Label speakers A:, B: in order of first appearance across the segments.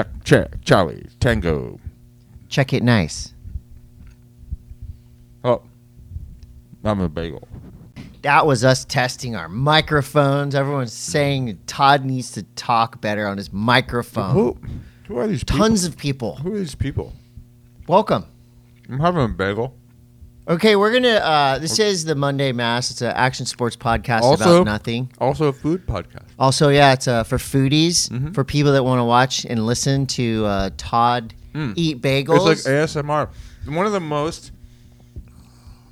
A: Check, check, Charlie, Tango.
B: Check it nice.
A: Oh, I'm a bagel.
B: That was us testing our microphones. Everyone's saying Todd needs to talk better on his microphone.
A: who, who are these
B: Tons of people.
A: people? Who are these people?
B: Welcome.
A: I'm having a bagel.
B: Okay, we're gonna. Uh, this is the Monday Mass. It's an action sports podcast
A: Also-
B: about nothing.
A: Also, a food podcast.
B: Also, yeah, it's uh, for foodies,
A: Mm-hmm.
B: for people that want to watch and listen to uh, Todd eat bagels.
A: Mm. It's like ASMR. One of the most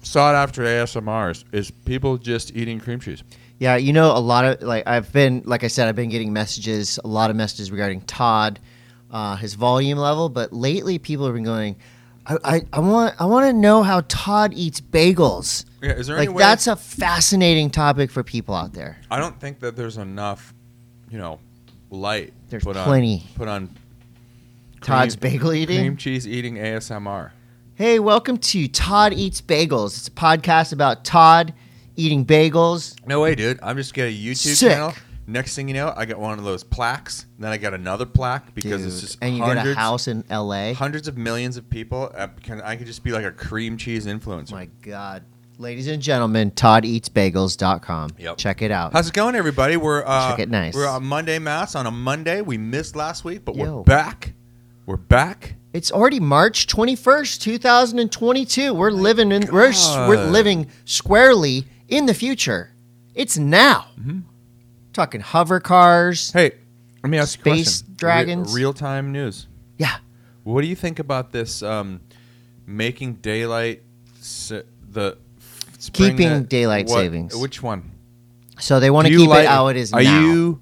A: sought after ASMRs is people just eating cream cheese.
B: Yeah, you know, a lot of like I've been like I said, I've been getting messages, a lot of messages regarding Todd, uh, his volume level. But lately, people have been going, I, I, I want I want to know how Todd eats bagels.
A: Yeah, is there
B: Like
A: any way?
B: that's a fascinating topic for people out there.
A: I don't think that there's enough, you know, light.
B: There's plenty.
A: On, put on
B: Todd's
A: cream-
B: bagel eating.
A: cream cheese eating ASMR.
B: Hey, welcome to Todd Eats Bagels. It's a podcast about Todd eating bagels.
A: No way, dude. I'm just getting a YouTube
B: Sick.
A: channel. Next thing you know, I get one of those plaques. Then I get another plaque because it's
B: Dude,
A: just
B: and you
A: hundreds,
B: get a house in L.A.
A: hundreds of millions of people. I can, I could just be like a cream cheese influencer.
B: My God, ladies and gentlemen, ToddEatsBagels.com.
A: Yep.
B: Check it out.
A: How's it going, everybody? We're uh,
B: Check it nice.
A: We're on Monday Mass on a Monday. We missed last week, but we're
B: Yo.
A: back. We're back.
B: It's already March 21st, 2022. We're living in we're, s- we're
A: God.
B: living squarely in the future. It's now.
A: Mm-hmm.
B: Talking hover cars.
A: Hey, let me ask you a question.
B: Space dragons.
A: Real time news.
B: Yeah.
A: What do you think about this um, making daylight s- the f- spring
B: Keeping
A: that-
B: daylight savings.
A: Which one?
B: So they want to
A: Do you
B: keep
A: like-
B: it how it is
A: Are
B: now.
A: you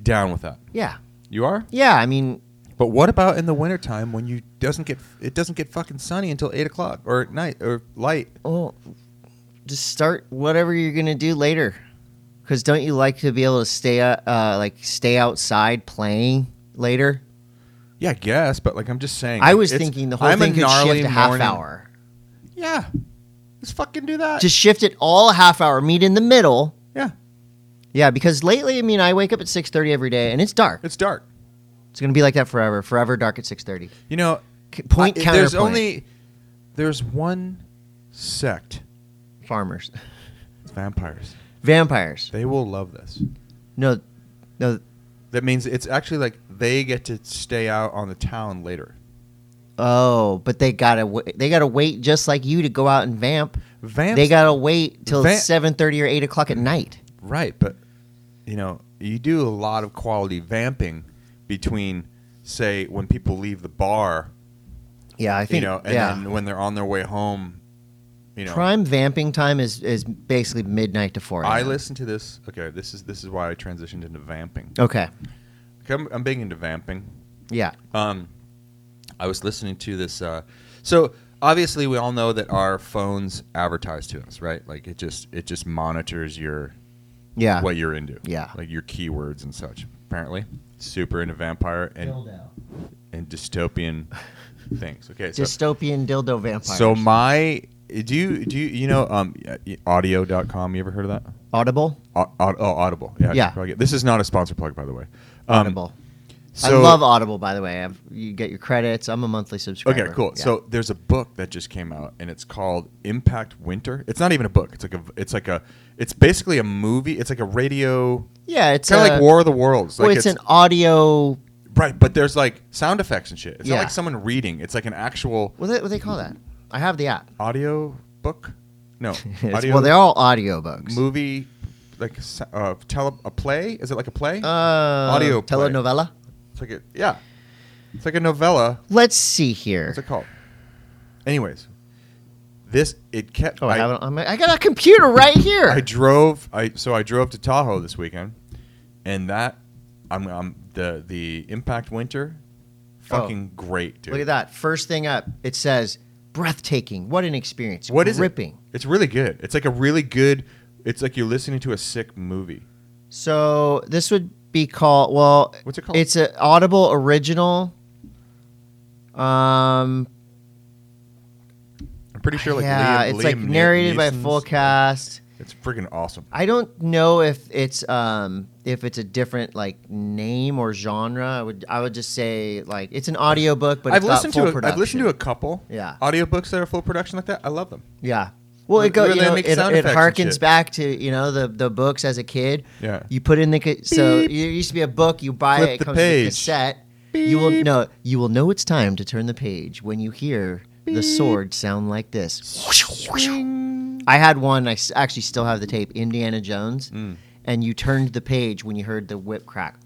A: down with that?
B: yeah.
A: You are.
B: Yeah, I mean,
A: But what about in the wintertime when you doesn't get it doesn't get fucking sunny until eight o'clock or at night or light?
B: well, just start whatever you're going to do later. Cuz don't you like to be able to stay uh, uh like stay outside playing later?
A: Yeah, I guess, but like I'm just saying.
B: I was
A: it's-
B: thinking the whole
A: I'm a
B: thing could
A: gnarly
B: shift a half
A: morning-
B: hour.
A: Yeah, let's fucking do that.
B: Just shift it all a half hour, meet in the middle.
A: yeah,
B: Yeah, because lately, I mean, I wake up at six thirty every day, and it's dark.
A: it's dark.
B: It's gonna be like that forever. Forever dark at six thirty.
A: You know,
B: Point
A: I-
B: counterpoint.
A: There's only there's one sect
B: farmers,
A: vampires.
B: vampires.
A: They will love this.
B: No, no.
A: That means it's actually like they get to stay out on the town later.
B: Oh, but they gotta wa- they gotta wait just like you to go out and vamp.
A: Vamps,
B: They gotta wait till
A: Vamp-
B: seven thirty or eight o'clock at night.
A: right, but you know you do a lot of quality vamping between, say, when people leave the bar,
B: Yeah, I
A: you
B: think.
A: know, and
B: yeah,
A: then when they're on their way home, you know.
B: prime vamping time is is basically midnight to four.
A: I
B: a.m.
A: listen to this. Okay, this is this is why I transitioned into vamping.
B: Okay.
A: I'm, I'm big into vamping.
B: Yeah.
A: Um, I was listening to this. Uh, so obviously, we all know that our phones advertise to us, right? Like it just it just monitors your
B: Yeah.
A: what you're into,
B: Yeah.
A: like your keywords and such. Apparently, super into vampire and
B: Dildo.
A: and dystopian things. Okay, so
B: Dystopian dildo vampires.
A: so my do you do you, you know um audio.com you ever heard of that
B: audible.
A: Au- au- oh audible yeah, I should
B: Yeah.
A: probably get- this is not a sponsor plug by the way um,
B: Audible.
A: so-
B: I love Audible, by the way. I've, you get your credits. I'm a monthly subscriber.
A: Okay, cool.
B: Yeah.
A: So there's a book that just came out, and it's called Impact Winter. It's not even a book. It's like a. It's like a. It's basically a movie. It's like a radio.
B: yeah, it's
A: It's kind of like
B: a-
A: War of the Worlds. Like
B: well, it's, an audio.
A: right, but there's like sound effects and shit. It's not
B: Yeah.
A: like someone reading. It's like an actual
B: What they, what they call that? I have the app.
A: audio book. No,
B: It's-
A: audio
B: well, they're all audiobooks.
A: movie, like s- uh, tele a play. Is it like a play?
B: uh,
A: audio play.
B: telenovela.
A: it's like a yeah. It's like a novella
B: Let's see here.
A: What's it called? Anyways, this it kept.
B: oh, I,
A: I,
B: have it on my, I got a computer right here.
A: I drove. I so I drove to Tahoe this weekend, and that I'm, I'm the the Impact Winter, fucking great, dude.
B: Oh. Look at that. First thing up, it says breathtaking. What an experience.
A: What is
B: ripping?
A: it? It's really good. It's like a really good. It's like you're listening to a sick movie.
B: So this would be called well.
A: What's it called?
B: It's an Audible original. Um,
A: I'm pretty sure like
B: yeah,
A: Liam,
B: it's
A: Liam
B: like
A: Ne-
B: narrated by
A: Neeson's-
B: full cast.
A: It's freaking awesome.
B: I don't know if it's um if it's a different like name or genre, I would I would just say like it's an audiobook, but
A: I've
B: it's got
A: listened
B: full
A: to a,
B: production.
A: I've listened to a couple
B: Yeah.
A: audiobooks that are full production like that. I love them.
B: Yeah. Well,
A: Where-
B: it goes.
A: where
B: You
A: they
B: know,
A: make
B: it,
A: sound
B: it
A: effects and
B: harkens
A: shit.
B: back to you know the the books as a kid.
A: Yeah.
B: You put in the ca- so it used to be a book. You buy
A: Flip
B: it.
A: the
B: It comes with a
A: page.
B: cassette. You will
A: Beep.
B: know. You will know it's time to turn the page when you hear the sword sound like this. I had one. I s- actually still have the tape. Indiana Jones.
A: Hmm.
B: And you turned the page when you heard the whip crack.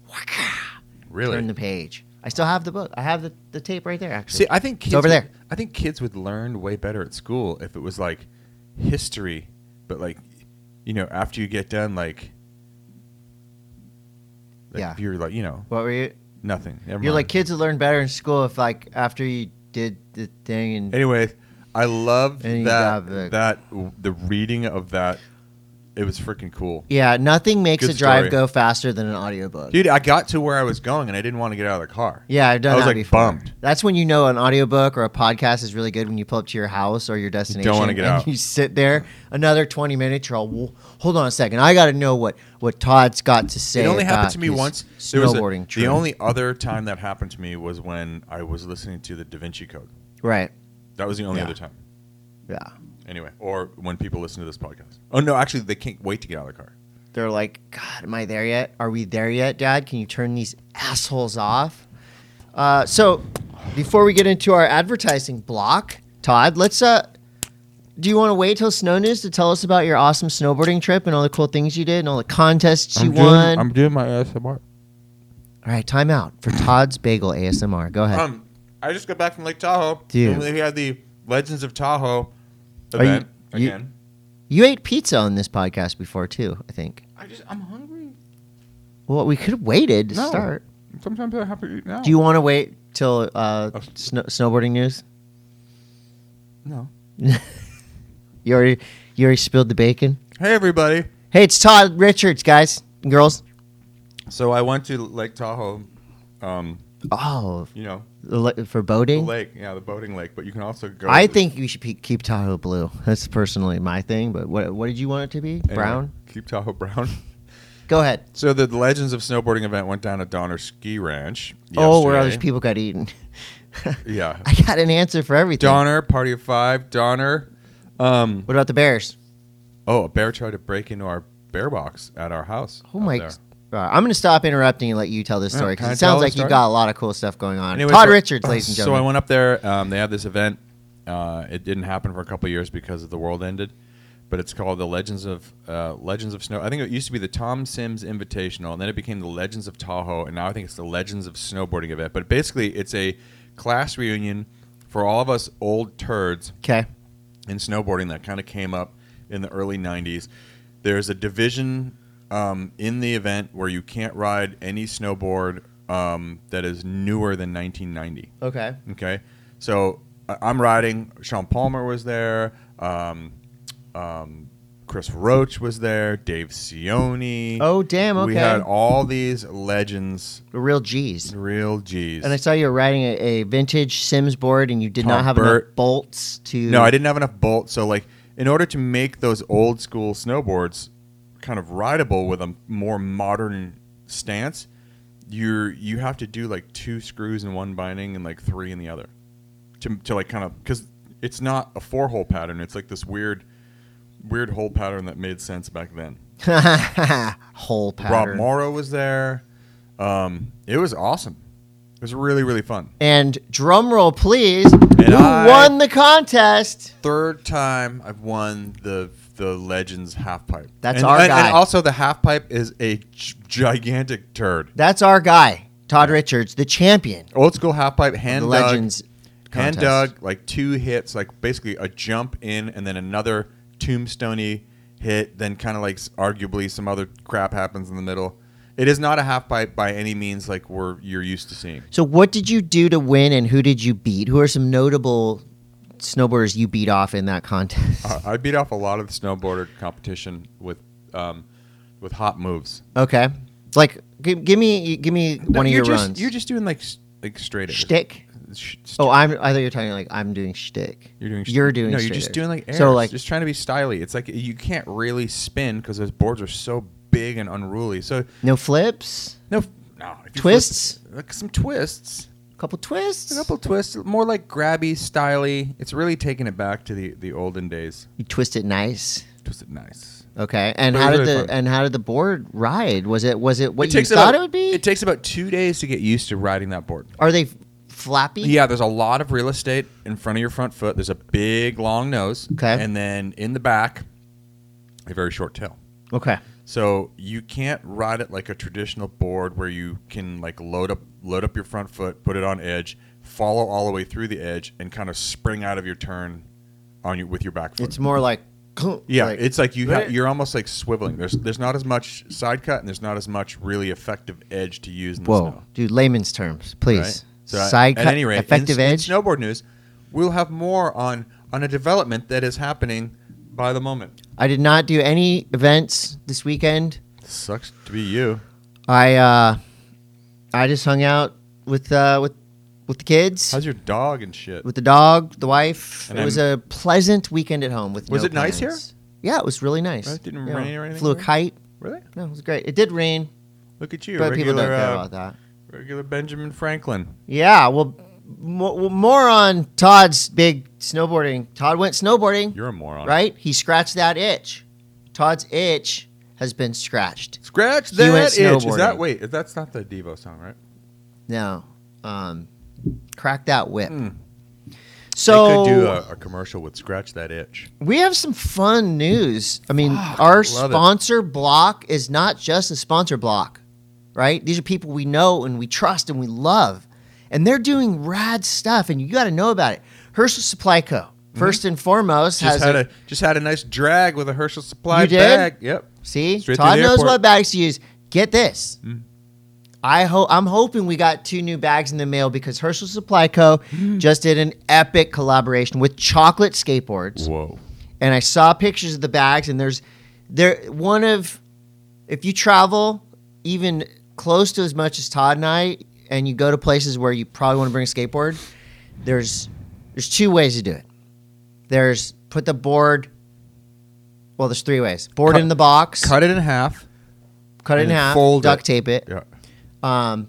A: Really?
B: Turn the page. I still have the book. I have the, the tape right there. Actually.
A: See, I think kids
B: over
A: would-
B: there.
A: I think kids would learn way better at school if it was like history, but like you know, after you get done, like, like
B: Yeah.
A: if you're like you know
B: what were you?
A: nothing. Never
B: You're
A: mind.
B: like kids would learn better in school if like after you did the thing and
A: Anyway, I love
B: And you
A: that
B: got the-
A: that the reading of that. It was freaking cool,
B: yeah, nothing makes
A: Good
B: a drive
A: story.
B: go faster than an audiobook.
A: dude. I got to where I was going and I didn't want to get out of the car.
B: yeah, I've done
A: I was
B: that
A: like
B: before.
A: bummed.
B: That's when you know an audiobook or a podcast is really good when you pull up to your house or your destination.
A: wanna get
B: and
A: out.
B: You sit there another twenty minutes. You're all "Whoa, hold on a second. I got to know what what Todd's got to say.
A: It only happened
B: about
A: to me
B: his
A: once. There was a-
B: Snowboarding.
A: the
B: trip.
A: only other time that happened to me was when I was listening to the Da Vinci Code.
B: right.
A: That was the only
B: Yeah.
A: other time.
B: Yeah.
A: Anyway, or when people listen to this podcast. Oh no, actually, they can't wait to get out of the car.
B: They're like, God, am I there yet? Are we there yet, Dad? Can you turn these assholes off? Uh, so, before we get into our advertising block, Todd, let's. Uh, do you want to wait till snow news to tell us about your awesome snowboarding trip and all the cool things you did and all the contests you won?
A: I'm doing my ASMR.
B: all right, time out for Todd's Bagel ASMR. Go ahead.
A: Um, I just got back from Lake Tahoe.
B: Dude.
A: And we had the Legends of Tahoe
B: you-
A: event
B: you-
A: again.
B: you ate pizza on this podcast before too, I think.
A: I just I'm hungry.
B: Well, we could have waited to
A: No.
B: start.
A: Sometimes I have to eat now.
B: Do you want to wait till uh,
A: Oh.
B: sno- snowboarding news?
A: No.
B: You already, you already spilled the bacon.
A: Hey everybody.
B: Hey, it's Todd Richards, guys and girls.
A: So I went to Lake Tahoe. Um,
B: Oh,
A: you know,
B: the le- for
A: the
B: boating.
A: lake, yeah, the boating lake, but you can also go.
B: I
A: to-
B: think you should pe- keep Tahoe blue. That's personally my thing. But what what did you want it to be?
A: anyway,
B: Brown.
A: Keep Tahoe brown.
B: Go ahead.
A: So the Legends of Snowboarding event went down at Donner Ski Ranch.
B: Oh, where other
A: yesterday.
B: people got eaten.
A: Yeah.
B: I got an answer for everything.
A: Donner, party of five. Donner. Um,
B: What about the bears?
A: oh, a bear tried to break into our bear box at our house.
B: Oh
A: out
B: my.
A: there.
B: All right, I'm going to stop interrupting and let you tell this
A: Yeah,
B: story
A: can
B: because
A: I
B: it sounds
A: tell the
B: like you've
A: story?
B: got a lot of cool stuff going on.
A: Anyway,
B: Todd
A: so-
B: Richards, ladies and
A: So I
B: gentlemen.
A: went up there. Um, they had this event. Uh, it didn't happen for a couple of years because of the world ended, but it's called the Legends of uh, Legends of Snow. I think it used to be the Tom Sims Invitational, and then it became the Legends of Tahoe, and now I think it's the Legends of Snowboarding event. But basically, it's a class reunion for all of us old turds
B: okay.
A: in snowboarding that kind of came up in the early 90s. There's a division um, in the event where you can't ride any snowboard um, that is newer than 1990.
B: Okay.
A: Okay. So I- I'm riding. Sean Palmer was there. Um, um, Chris Roach was there. Dave Cioni.
B: Oh, damn,
A: We
B: okay.
A: had all these legends,
B: The real G's.
A: real G's.
B: And I saw you were riding a, a vintage Sims board, and you did
A: Tom
B: not have
A: Burt.
B: enough bolts to.
A: No, I didn't have enough bolts. So like, in order to make those old school snowboards kind of rideable with a more modern stance, you're you have to do like two screws in one binding and like three in the other, to to like kind of because it's not a four hole pattern. It's like this weird, weird hole pattern that made sense back then.
B: Whole pattern.
A: Rob Morrow was there. Um, it was awesome. It was really really fun.
B: And drum roll, please. you
A: I-
B: won the contest.
A: third time I've won the the Legends half pipe.
B: That's
A: and,
B: our
A: and,
B: guy.
A: And also, the half pipe is a g- gigantic turd.
B: That's our guy, Todd Richards, the champion.
A: Old school half pipe, hand
B: The
A: dug,
B: Legends
A: hand
B: contest.
A: dug, like two hits, like basically a jump in and then another tombstoney hit. Then kind of like s- arguably some other crap happens in the middle. It is not a half pipe by any means like we're you're used to seeing.
B: So, what did you do to win, and who did you beat? Who are some notable snowboarders you beat off in that contest?
A: Uh, I beat off a lot of the snowboarder competition with um, with hot moves.
B: okay, like give, give me give me one of
A: you're
B: your
A: just,
B: runs.
A: You're just doing like s- like straight
B: shtick.
A: Sh- st-
B: Oh, I'm. I thought you were talking like I'm doing shtick.
A: you're doing. sh-
B: You're doing.
A: No, you're just
B: straight
A: doing like
B: edge.
A: airs.
B: So like
A: just trying to be styly. It's like you can't really spin because those boards are so big and unruly. So
B: No flips.
A: no, no if you flip-
B: Twists?
A: like some twists.
B: couple twists.
A: A couple twists, more like grabby, styly. It's really taking it back to the, the olden days.
B: You twist it nice.
A: Twisted nice.
B: Okay. And
A: It
B: how
A: was
B: did
A: really
B: the
A: fun.
B: and how did the board ride? Was it was it what you
A: about,
B: thought it would be?
A: It takes about two days to get used to riding that board.
B: Are they flappy?
A: Yeah, there's a lot of real estate in front of your front foot. There's a big long nose,
B: Okay.
A: and then in the back, a very short tail.
B: Okay.
A: So you can't ride it like a traditional board where you can like load up load up your front foot, put it on edge, follow all the way through the edge, and kind of spring out of your turn on your with your back foot.
B: It's more like
A: Yeah,
B: like-
A: it's like you ha- you're almost like swiveling. There's there's not as much side cut and there's not as much really effective edge to use in the
B: Whoa,
A: snow.
B: dude! Layman's terms, please.
A: right? So I-
B: Side
A: at
B: cut,
A: any rate, in s-
B: effective
A: in
B: edge.
A: snowboard news. We'll have more on on a development that is happening by the moment.
B: I did not do any events this weekend.
A: Sucks to be you.
B: I uh, I just hung out with uh, with with the kids,
A: How's your dog and shit?
B: with the dog, the wife.
A: And
B: it was
A: I'm-
B: a pleasant weekend at home. With
A: Was
B: no
A: it nice here?
B: plans. Yeah, it was really nice.
A: Right? Didn't
B: Yeah.
A: rain or anything
B: Flew a
A: there?
B: kite.
A: Really?
B: No, it was great. It did rain,
A: Look at you,
B: but people don't
A: regular
B: care
A: uh,
B: about that.
A: regular Benjamin Franklin.
B: Yeah, well, mo- well, more on Todd's big snowboarding. Todd went snowboarding.
A: You're a moron.
B: right? He scratched that itch. Todd's itch has been scratched.
A: Scratch
B: He went
A: that itch. Is that
B: snowboarding.
A: wait? That's not the Devo song, right?
B: Now, um, crack that whip.
A: Mm.
B: So
A: they could do a, a commercial with "Scratch That Itch."
B: we have some fun news. I mean, our
A: love it.
B: sponsor block is not just a sponsor block, right? These are people we know and we trust and we love, and they're doing rad stuff, and you got to know about it. Herschel Supply Co. 1st and foremost
A: Mm-hmm. Just
B: has
A: had
B: a-
A: a, just had a nice drag with a Herschel Supply
B: You did?
A: bag. Yep.
B: See,
A: Straight through
B: Todd
A: the
B: knows
A: airport. Mm.
B: what bags to use. Get this. I hope I'm hoping we got two new bags in the mail because Herschel Supply Co.
A: Mm.
B: just did an epic collaboration with Chocolate Skateboards,
A: Whoa.
B: and I saw pictures of the bags. And there's there one of if you travel even close to as much as Todd and I, and you go to places where you probably want to bring a skateboard, there's there's two ways to do it. There's put the board. Well, there's three ways: board
A: Cut-
B: in the box,
A: Cut it in half.
B: cut it
A: and
B: in
A: then
B: half,
A: fold
B: duct
A: it.
B: tape it.
A: Yeah.
B: Um,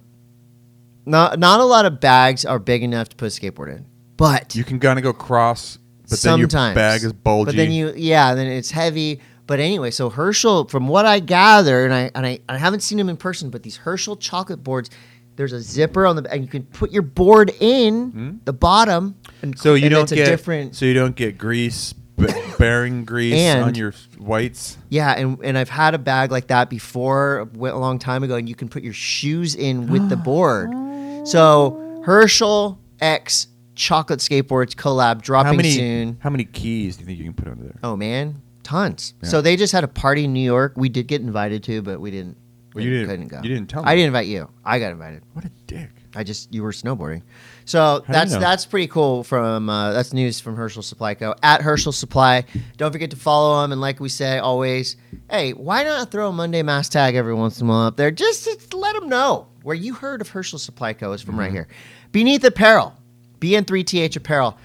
B: not not a lot of bags are big enough to put a skateboard in, but
A: You can kind of go cross, but
B: sometimes
A: then your bag is bulgy.
B: But then you, yeah, then it's heavy. But anyway, so Herschel, from what I gather, and I and I, I haven't seen him in person, but these Herschel chocolate boards, there's a zipper on the, and you can put your board in the bottom, and
A: Hmm? so you
B: and
A: don't
B: it's a
A: get
B: different,
A: so you don't get grease, b- bearing grease
B: And-
A: on your whites.
B: yeah. And and I've had a bag like that before, went a long time ago, and you can put your shoes in with the board. So Herschel X chocolate skateboards collab dropping
A: How many
B: soon.
A: how many keys do you think you can put under there?
B: Oh man, tons. So they just had a party in New York. We did get invited to, but we didn't.
A: Well, you
B: didn't-
A: didn't-
B: Couldn't go.
A: you didn't tell
B: I
A: me.
B: didn't invite you. I got invited.
A: What a dick.
B: I just you were snowboarding. So
A: you
B: that's
A: know?
B: that's pretty cool. From uh, that's news from Herschel Supply Co. At Herschel Supply, don't forget to follow them. And like we say always, hey, why not throw a Monday Mass tag every once in a while up there? Just to let them know where you heard of Herschel Supply Co. is from
A: Mm-hmm.
B: right here. Beneath Apparel, BN3TH Apparel.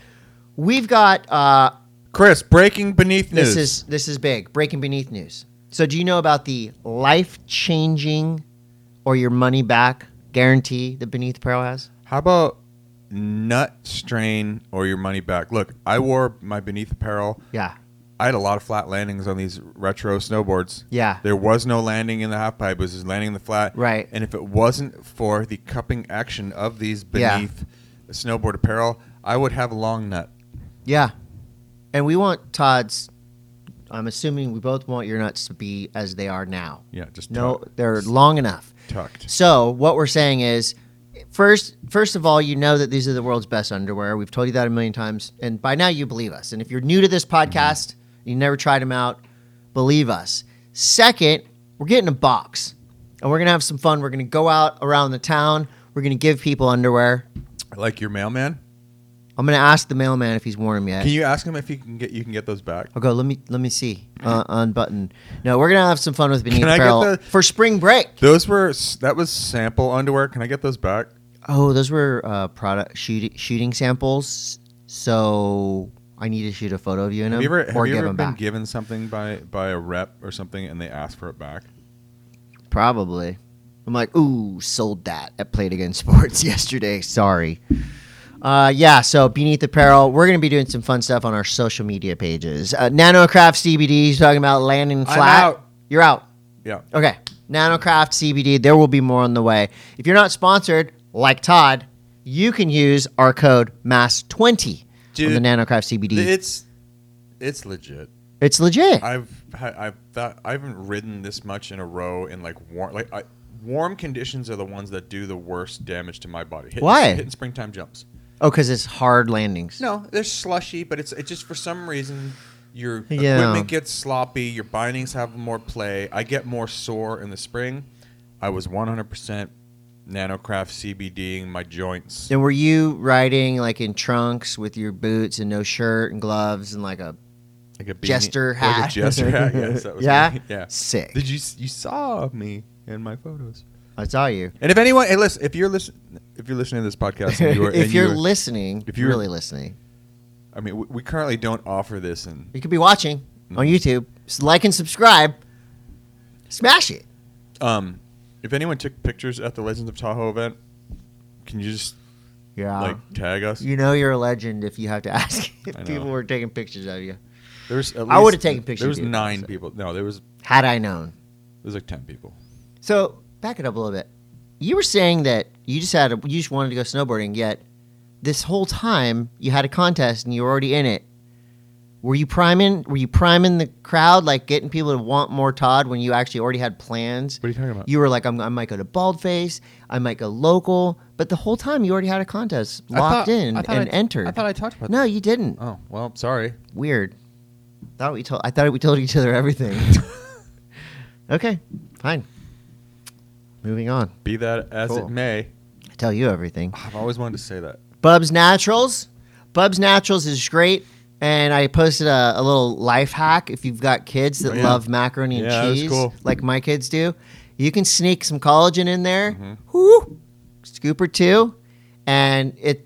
B: We've got. Uh,
A: Chris, breaking beneath news.
B: this is this is big. Breaking beneath news. So do you know about the life changing or your money back guarantee that Beneath Apparel has?
A: How about nut strain or your money back? Look, I wore my beneath apparel.
B: Yeah.
A: I had a lot of flat landings on these retro snowboards.
B: Yeah.
A: There was no landing in the half pipe, it was just landing in the flat.
B: Right.
A: And if it wasn't for the cupping action of these
B: Yeah.
A: beneath snowboard apparel, I would have a long nut.
B: Yeah. And we want Todd's I'm assuming we both want your nuts to be as they are now.
A: Yeah, just
B: No,
A: tuck-
B: they're long enough.
A: tucked.
B: So what we're saying is, first, first of all, you know that these are the world's best underwear. We've told you that a million times, and by now you believe us. And if you're new to this podcast, you never tried them out, believe us. Second, we're getting a box, and we're gonna have some fun. We're gonna go out around the town. We're gonna give people underwear.
A: Like your mailman?
B: I'm gonna ask the mailman if he's worn them yet.
A: Can you ask him if he can get you can get those back?
B: I'll go. Let me let me see. Uh, unbutton. No, we're gonna have some fun with Beneath
A: Can I get
B: Apparel
A: the-
B: for spring break.
A: Those were s- that was sample underwear. Can I get those back?
B: Oh, those were uh, product shooting shooting samples. So I need to shoot a photo of you in them,
A: Have you ever,
B: or
A: have you
B: give
A: ever
B: them
A: been
B: back.
A: given something by by a rep or something and they ask for it back?
B: Probably. I'm like, ooh, sold that at Played Against Sports yesterday. Sorry. Uh, yeah, so Beneath Apparel, we're going to be doing some fun stuff on our social media pages. Uh, Nanocraft CBD, he's talking about landing flat.
A: out.
B: You're out.
A: Yeah.
B: Okay. Nanocraft CBD, there will be more on the way. If you're not sponsored, like Todd, you can use our code MASS20 on the
A: Dude,
B: Nanocraft CBD.
A: It's it's legit.
B: it's legit.
A: I've I- I've that I haven't ridden this much in a row in like warm like I, warm conditions are the ones that do the worst damage to my body. Hitting,
B: Why?
A: hitting springtime jumps?
B: oh, because it's hard landings.
A: No, they're slushy, but it's it just for some reason your
B: Yeah.
A: equipment gets sloppy, your bindings have more play. I get more sore in the spring. I was 100% nanocraft CBDing my joints.
B: And were you riding like in trunks with your boots and no shirt and gloves and like a
A: Like a beanie-
B: Jester
A: Like
B: hat.
A: a jester hat. Yes, that was
B: Yeah?
A: me. Yeah.
B: sick?
A: Did you you saw me in my photos?
B: I saw you.
A: And if anyone, hey, listen, if you're listening, if you're listening to this podcast, and you are,
B: if
A: and
B: you're
A: you are-
B: listening, if
A: if
B: you're
A: you're-
B: really listening,
A: I mean, we, we currently don't offer this, and
B: you could be watching
A: Mm-hmm.
B: on YouTube. S- like and subscribe. Smash it.
A: um, if anyone took pictures at the Legends of Tahoe event, can you just
B: Yeah.
A: like tag us?
B: you know you're a legend if you have to ask if
A: I know.
B: people were taking pictures of you.
A: There was at
B: I would've
A: least-
B: taken pictures
A: There was
B: of you,
A: nine
B: so.
A: people. No, there was
B: Had I known.
A: there was like ten people.
B: So back it up a little bit. You were saying that you just had a, you just wanted to go snowboarding, yet this whole time you had a contest and you were already in it. Were you priming? Were you priming the crowd, like getting people to want more Todd when you actually already had plans?
A: What are you talking about?
B: You were like, I'm, I might go to Baldface, I might go local, but the whole time you already had a contest
A: I
B: locked
A: thought-
B: in
A: I
B: and
A: thought I-
B: entered.
A: I thought I talked about
B: No, you didn't.
A: Oh well, sorry.
B: Weird. Thought we told. I thought we told each other everything. okay, fine. Moving on.
A: Be that as
B: Cool.
A: it may,
B: I tell you everything.
A: I've always wanted to say that.
B: Bub's Naturals. Bub's Naturals is great. And I posted a, a little life hack if you've got kids that
A: Oh, yeah.
B: love macaroni and
A: Yeah, that was
B: cheese,
A: cool.
B: like my kids do. You can sneak some collagen in there,
A: Mm-hmm.
B: Whoo! scoop or two, and it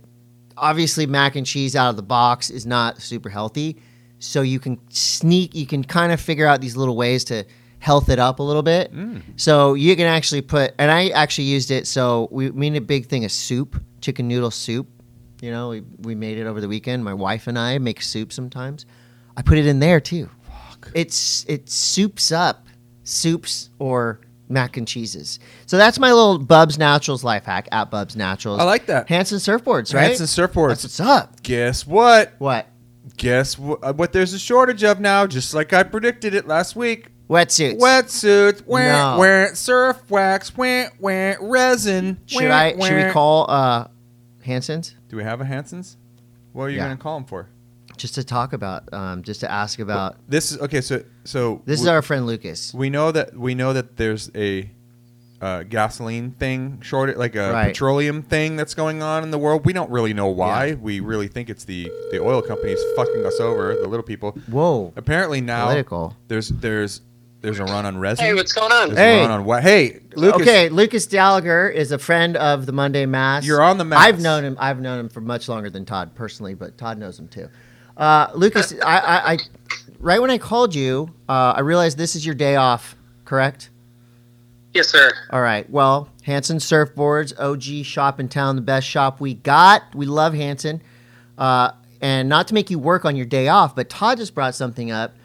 B: obviously mac and cheese out of the box is not super healthy. So you can sneak, you can kind of figure out these little ways to health it up a little bit. So you can actually put, and I actually used it. So we made a big thing of soup, chicken noodle soup. You know, we, we made it over the weekend. My wife and I make soup sometimes. I put it in there too. It's it soups up soups or mac and cheeses. So that's my little Bubs Naturals life hack at Bubs Naturals.
A: I like that.
B: Hanson surfboards, right?
A: Hanson surfboards.
B: That's what's up.
A: Guess what?
B: What
A: Guess wh- uh, what? There's a shortage of now, just like I predicted it last week.
B: wetsuits?
A: Wetsuits, wah,
B: No.
A: wah, surf wax, wah, wah, resin.
B: should
A: wah,
B: I should we
A: wah.
B: call uh, Hanson's
A: Do we have a Hanson's? What are you
B: Yeah.
A: going to call him for?
B: just to talk about um, just to ask about?
A: This is okay. So, so
B: This
A: we,
B: is our friend Lucas.
A: we know that we know that there's a uh, gasoline thing shortage, like a
B: Right.
A: petroleum thing that's going on in the world. We don't really know why. We really think it's the the oil companies fucking us over, the little people.
B: Whoa,
A: Apparently now
B: Political.
A: there's there's there's a run on resin.
C: Hey, what's going on?
A: There's
B: Hey.
A: a run on what? Hey, Lucas.
B: Okay, Lucas Gallagher is a friend of the Monday Mass.
A: You're on the Mass.
B: I've known him. I've known him for much longer than Todd personally, but Todd knows him too. Uh, Lucas, I, I, I, right when I called you, uh, I realized this is your day off. Correct.
C: Yes, sir.
B: All right. Well, Hanson Surfboards, OG shop in town, the best shop we got. We love Hanson. Uh, and not to make you work on your day off, but Todd just brought something up.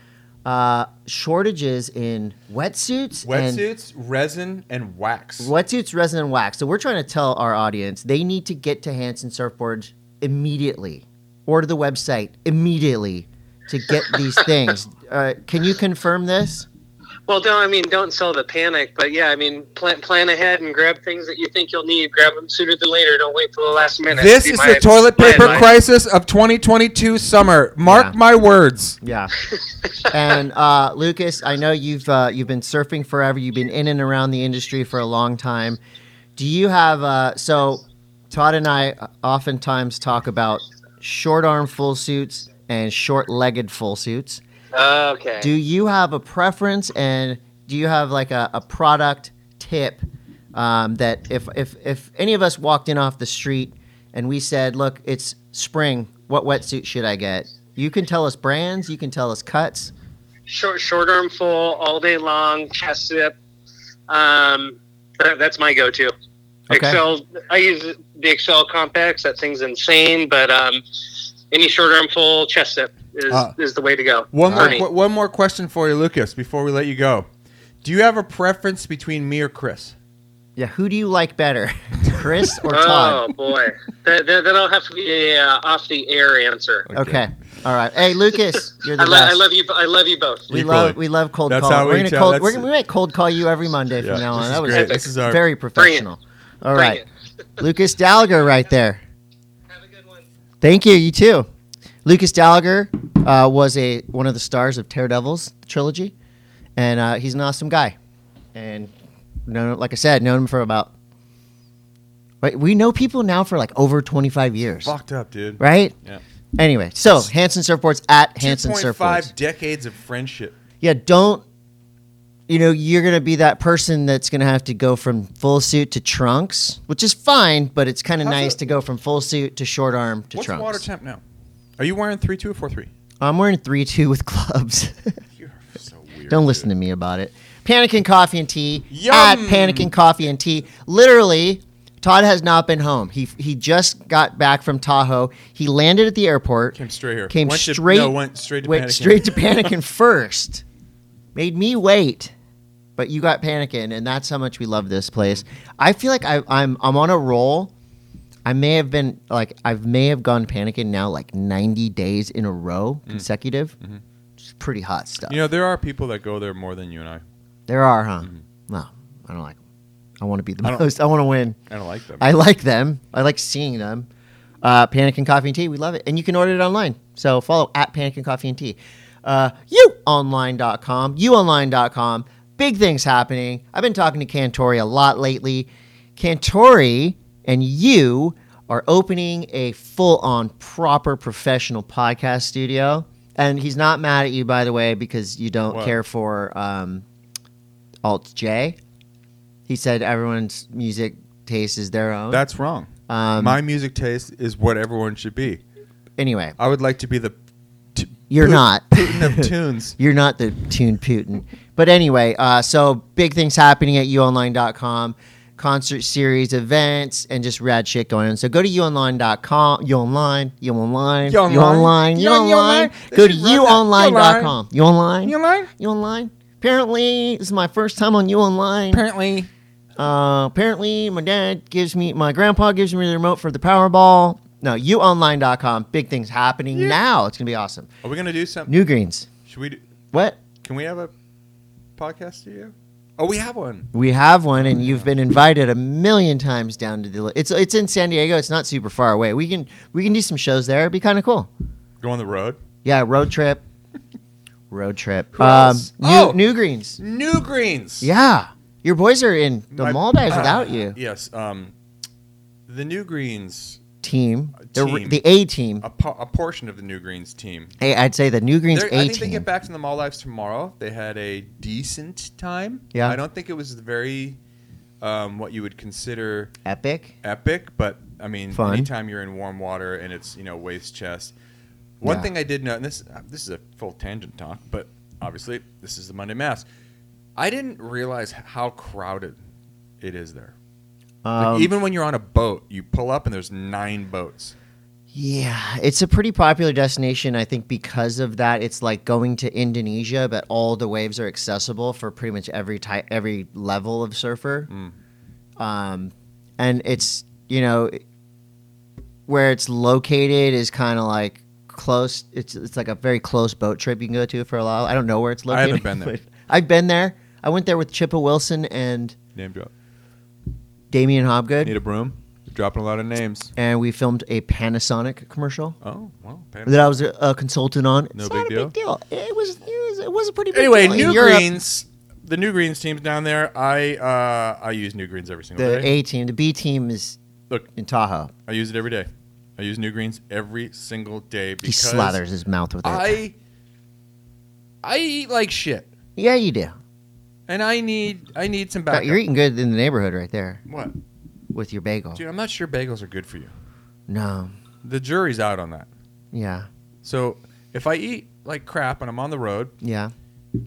B: Uh, shortages in wetsuits, and
A: Wetsuits, resin, and wax.
B: Wetsuits, resin, and wax. So we're trying to tell our audience they need to get to Hanson Surfboards immediately. Order the website immediately to get these things. Uh, can you confirm this?
C: Well, don't I mean don't sell the panic, but yeah, I mean plan plan ahead and grab things that you think you'll need. Grab them sooner than later. Don't wait till the last minute.
A: This
C: Be
A: is
C: my-
A: the toilet
C: my
A: paper
C: advice.
A: crisis of 2022 summer. Mark
B: Yeah.
A: my words.
B: Yeah. and uh, Lucas, I know you've uh, you've been surfing forever. You've been in and around the industry for a long time. Do you have uh, so? Todd and I oftentimes talk about short arm full suits and short legged full suits.
C: okay.
B: Do you have a preference, and do you have like a, a product tip um, that if if if any of us walked in off the street and we said, "Look, it's spring. What wetsuit should I get?" You can tell us brands. You can tell us cuts.
C: short short arm full all day long chest zip. Um, that, that's my go-to.
B: Okay.
C: Excel. I use the Excel compacts. That thing's insane, but um, any short arm full chest set is,
A: Uh,
C: is the way to go.
A: One
C: for
A: more,
C: me.
A: qu- one more question for you, Lucas, before we let you go. Do you have a preference between me or Chris?
B: Yeah, who do you like better, Chris or Todd?
C: Oh boy, that, that, that'll have to be a uh, off the air answer.
B: Okay. All right. Hey, Lucas, you're the
C: I, lo-
B: best.
C: I love you. I love you both.
B: we
A: Equally.
B: love we love cold
A: That's
B: call.
A: how
B: we're
A: we
B: gonna
A: tell-
B: cold,
A: that's-
B: we're gonna, we might cold call you every Monday
A: Yeah,
B: from now
A: this
B: on.
A: is
B: That was
A: great. This is our-
B: very professional. All
C: Bring
B: right,
C: it.
B: Lucas Gallagher, right there.
C: Have a good one.
B: Thank you. You too. Lucas Gallagher uh, was a one of the stars of Daredevils trilogy, and uh, he's an awesome guy. And known, like I said, known him for about. Right, we know people now for like over twenty five years,
A: Fucked up, dude.
B: right?
A: Yeah.
B: Anyway, so Hanson Surfboards at Hanson
A: 2.5
B: Surfboards.
A: decades of friendship.
B: Yeah, don't. You know, you're gonna be that person that's gonna have to go from full suit to trunks, which is fine, but it's kind of
A: How's
B: nice
A: it-
B: to go from full suit to short arm to
A: What's
B: trunks.
A: water temp now? Are you wearing 3.2 or 4.3?
B: I'm wearing three two with clubs.
A: You're so weird.
B: Don't listen to me about it. Panicking Coffee and Tea
A: Yum.
B: at Panicking Coffee and Tea. Literally, Todd has not been home. He he just got back from Tahoe. He landed at the airport.
A: Came straight here.
B: Came
A: Went to-
B: straight.
A: no, went straight to
B: went
A: Panicking.
B: straight to Panicking first. Made me wait, but you got Panicking, and that's how much we love this place. I feel like I, I'm I'm on a roll. I may have been like I may have gone Panicking now like 90 days in a row
A: Mm.
B: consecutive.
A: Mm-hmm.
B: It's pretty hot stuff.
A: You know, there are people that go there more than you and I.
B: There are, huh? No, I don't like them. I want to be the
A: Mm-hmm. I don't-
B: most. I want to win.
A: I don't like them.
B: I like them. I like seeing them. Uh, Panic and Coffee and Tea, we love it. And you can order it online. So follow at Panic and Coffee and Tea. Uh, youonline.com, youonline.com. Big things happening. I've been talking to Cantori a lot lately. Cantori and you are opening a full on, proper, professional podcast studio. And he's not mad at you, by the way, because you don't
A: What?
B: care for um, Alt J. He said everyone's music taste is their own.
A: That's wrong.
B: Um,
A: My music taste is what everyone should be.
B: anyway,
A: I would like to be the t-
B: You're
A: Put-
B: not.
A: Putin of tunes.
B: You're not the tuned Putin. But anyway, uh, so big things happening at youonline.com, concert series, events, and just rad shit going on. So go to youonline.com, youonline, youonline,
A: Youonline.
B: youonline,
A: You on
B: youonline.
A: Youonline?
B: Go to
A: They should run that.
B: youonline.com. Youonline,
A: online?
B: youonline. Apparently, this is my first time on youonline.
A: Apparently.
B: Uh, apparently, my dad gives me, my grandpa gives me the remote for the Powerball. No, youonline.com. Big things happening now. It's going to be awesome.
A: Are we gonna do something?
B: New Greens.
A: Should we? Do,
B: What?
A: can we have a podcast studio? Oh, we have one.
B: We have one, and you've been invited a million times down to the. It's it's in San Diego. It's not super far away. We can we can do some shows there. It'd be kind of cool.
A: Go on the road.
B: Yeah, road trip. Road trip.
A: Who
B: Um,
A: else?
B: new,
A: Oh!
B: new greens.
A: New Greens.
B: Yeah, your boys are in the
A: My-
B: Maldives
A: ah,
B: without you.
A: Yes. Um, the New Greens,
B: Team. The
A: Team.
B: the A team.
A: a, po- a portion of the New Greens team.
B: Hey, I'd say the new greens
A: They're- I
B: A
A: think they
B: team.
A: get back to the Maldives tomorrow. They had a decent time.
B: Yeah.
A: I don't think it was very um, what you would consider
B: Epic.
A: epic, but I mean,
B: Fun.
A: anytime you're in warm water and it's you know waist chest. One
B: Yeah.
A: thing I did know, and this uh, this is a full tangent talk, but obviously this is the Monday Mass. I didn't realize h- how crowded it is there. Like,
B: Um,
A: even when you're on a boat, you pull up and there's nine boats.
B: Yeah, it's a pretty popular destination. I think because of that, it's like going to Indonesia, but all the waves are accessible for pretty much every type, every level of surfer.
A: Hmm.
B: Um, and it's you know where it's located is kind of like close. It's it's like a very close boat trip you can go to for a while. I don't know where it's
A: I
B: located.
A: haven't been there.
B: but I've been there. I went there with Chippa Wilson and
A: Name drop.
B: Damian Hobgood,
A: Need a broom? You're dropping a lot of names.
B: and we filmed a Panasonic commercial.
A: Oh well. Pam-
B: that I was a, a consultant on.
A: No
B: it's
A: big
B: not a
A: deal.
B: big deal. It was it was it was a pretty big
A: Anyway,
B: deal. In
A: New
B: Europe,
A: Greens. The New Greens team's down there. I uh, I use New Greens every single
B: the
A: day.
B: A team, the B team is
A: Look,
B: in Tahoe.
A: I use it every day. I use New Greens every single day
B: He
A: because
B: slathers his mouth with it.
A: I I eat like shit,
B: yeah, you do.
A: and I need I need some
B: But
A: backup.
B: You're eating good in the neighborhood right there
A: what,
B: with your bagel.
A: dude? I'm not sure bagels are good for you.
B: No,
A: The jury's out on that.
B: yeah,
A: So if I eat like crap and I'm on the road,
B: yeah.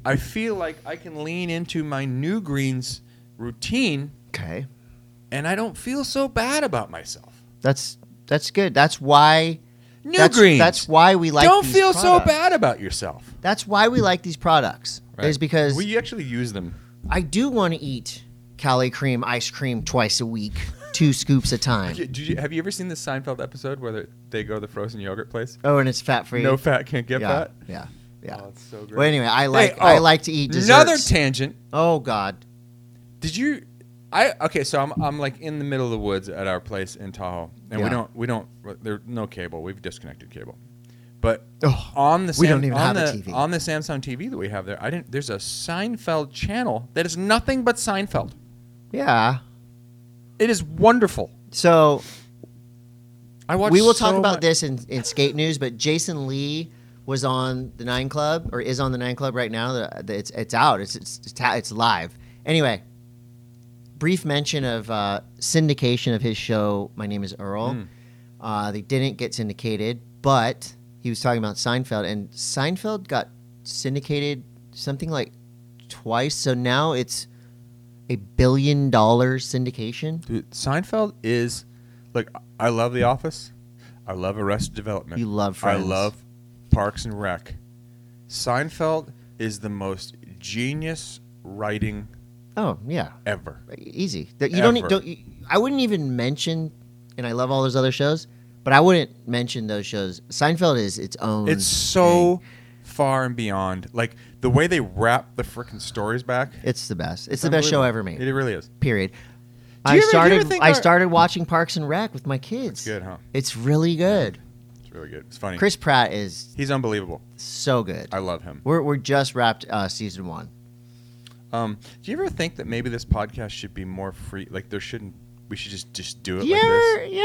A: I feel like I can lean into my New Greens routine,
B: Okay.
A: and I don't feel so bad about myself.
B: That's that's good. That's why
A: New
B: that's,
A: greens.
B: That's why we like
A: don't
B: these
A: feel so
B: products.
A: bad about yourself.
B: That's why we like these products. Is because
A: we actually use them.
B: I do want to eat Cali cream ice cream twice a week, two scoops a time.
A: Did you, have you ever seen the Seinfeld episode where they- they go to the frozen yogurt place?
B: Oh, and it's fat free.
A: No fat can't get
B: yeah,
A: fat.
B: Yeah. Yeah.
A: Oh, it's so great.
B: well, anyway, I like
A: Hey,
B: I
A: oh,
B: like to eat desserts.
A: Another tangent.
B: oh God.
A: Did you? I okay. So I'm I'm like in the middle of the woods at our place in Tahoe, and
B: Yeah.
A: we don't we don't there's no cable. We've disconnected cable, but
B: Oh,
A: on the
B: we don't
A: Sam-
B: even
A: on
B: have a
A: the-
B: TV.
A: on the Samsung TV that we have there. I didn't. There's a Seinfeld channel that is nothing but Seinfeld.
B: Yeah.
A: It is wonderful.
B: So
A: I watch.
B: we will talk
A: so
B: about
A: much-
B: this in, in skate news, but Jason Lee was on the Nine Club or is on the Nine Club right now. The- the- It's it's out. It's it's it's, ha- it's live. Anyway, brief mention of uh, syndication of his show. My name is Earl. Uh, they didn't get syndicated, but he was talking about Seinfeld, and Seinfeld got syndicated something like twice. So now it's a billion dollar syndication.
A: Dude, Seinfeld is like I love The Office. I love Arrested Development.
B: You love
A: I
B: Friends.
A: love Parks and Rec. Seinfeld is the most genius writing
B: Oh yeah.
A: ever.
B: easy. That you don't, need-
A: Ever.
B: don't. You, I wouldn't even mention, and I love all those other shows, but I wouldn't mention those shows. Seinfeld is its own.
A: It's so far and beyond. Like the way they wrap the freaking stories back.
B: It's the best. It's the best show ever made.
A: It really is.
B: Period.
A: you
B: I
A: ever- do you
B: started.
A: ever think
B: I
A: our-
B: started watching Parks and Rec with my kids.
A: good, huh?
B: It's really good.
A: It's really good. It's funny.
B: Chris Pratt is
A: He's unbelievable.
B: so good.
A: I love him.
B: We're we're just wrapped uh, season one.
A: Um, do you ever think that maybe this podcast should be more free? Like there shouldn't. We should just just do it
B: You
A: like this.
B: ever, you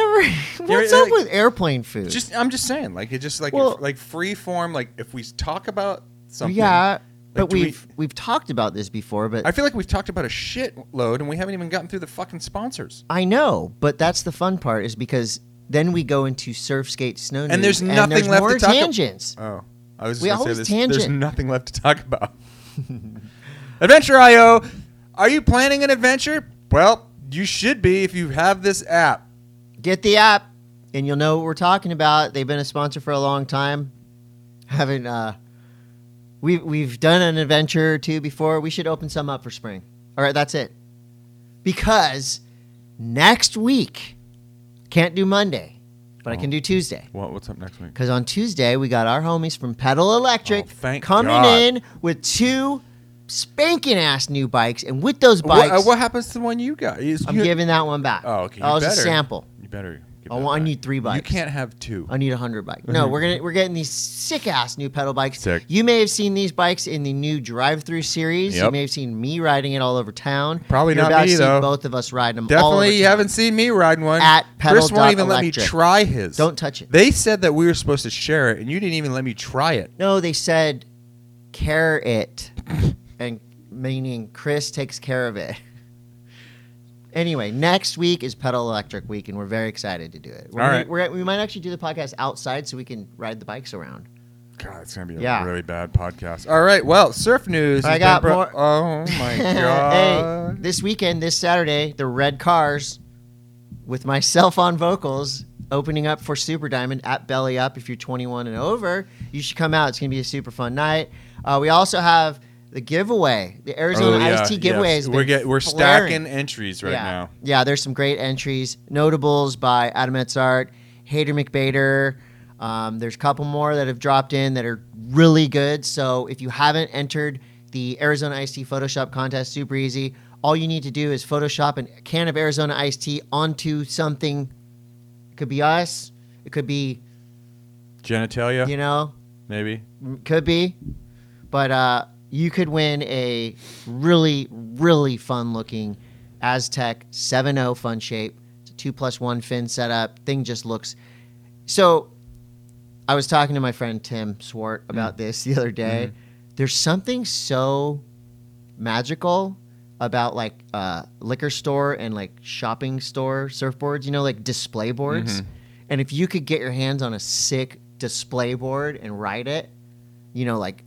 B: ever, what's
A: ever,
B: up
A: like-
B: with airplane food?
A: Just I'm just saying, like it just like
B: Well-
A: if- like free form. Like if we talk about something,
B: yeah, but
A: do we-
B: we've we, have we have talked about this before. But
A: I feel like we've talked about a shitload and we haven't even gotten through the fucking sponsors.
B: I know, but that's the fun part is because then we go into surf skate snow news,
A: And there's nothing left
B: more
A: to talk ab-
B: tangents.
A: Oh, I was just
B: We
A: gonna
B: always
A: say this. There's
B: tangent.
A: nothing left to talk about. adventure IO, are you planning an adventure? Well, you should be if you have this app.
B: Get the app, and you'll know what we're talking about. They've been a sponsor for a long time. Haven't uh, we? We've done an adventure or two before. We should open some up for spring. All right, that's it. Because next week can't do Monday, but I can do Tuesday.
A: What, what's up next week?
B: Because on Tuesday, we got our homies from Pedal Electric
A: Oh, thank
B: coming
A: God.
B: in with two spanking ass new bikes. And with those
A: What,
B: bikes,
A: uh, what happens to the one you got? Is
B: I'm
A: you-
B: giving that one back.
A: Oh, okay. You
B: That was
A: better.
B: a sample.
A: You better. give
B: I
A: that
B: want- I
A: back.
B: need three
A: You
B: bikes.
A: can't have two.
B: I need a hundred bike. No, we're gonna we're getting these sick ass new pedal bikes.
A: Sick.
B: You may have seen these bikes in the new drive through series. You
A: Yep.
B: may have seen me riding it all over town.
A: Probably
B: You're
A: not
B: about
A: me,
B: to see
A: though.
B: Both of us riding them. all over
A: Definitely, you
B: town.
A: haven't seen me riding one.
B: At
A: Chris
B: pedal dot
A: won't even let me
B: electric.
A: try his.
B: Don't touch it.
A: They said that we were supposed to share it, and you didn't even let me try it.
B: No, they said care it. and meaning Chris takes care of it. Anyway, next week is Pedal Electric Week, and we're very excited to do it. We're
A: All
B: gonna-
A: right.
B: we're, we might actually do the podcast outside so we can ride the bikes around.
A: God, it's gonna be a
B: Yeah.
A: really bad podcast. All right, well, surf news.
B: I
A: has
B: got
A: been
B: more-
A: Oh my
B: hey,
A: god!
B: this weekend, this Saturday, the Red Cars with myself on vocals opening up for Super Diamond at Belly Up. If you're 21 and over, you should come out. It's going to be a super fun night. Uh, we also have the giveaway, the Arizona
A: Oh, yeah,
B: Iced Tea
A: yes.
B: giveaway. has
A: We're
B: been
A: get, we're
B: flaring.
A: stacking entries right
B: yeah.
A: now.
B: Yeah, there's some great entries. Notables by Adam Etzart, Hader McBader. Um, there's a couple more that have dropped in that are really good. So if you haven't entered the Arizona Iced Tea Photoshop contest, super easy. All you need to do is Photoshop a can of Arizona iced tea onto something. It could be us. It could be,
A: Genitalia,
B: you know,
A: maybe.
B: could be. But uh, you could win a really, really fun looking Aztec 7.0 fun shape. It's a 2 plus 1 fin setup. Thing just looks. So I was talking to my friend Tim Swart about this the other day. There's something so magical about like uh, liquor store and like shopping store surfboards, you know, like display boards. And if you could get your hands on a sick display board and ride it, you know, like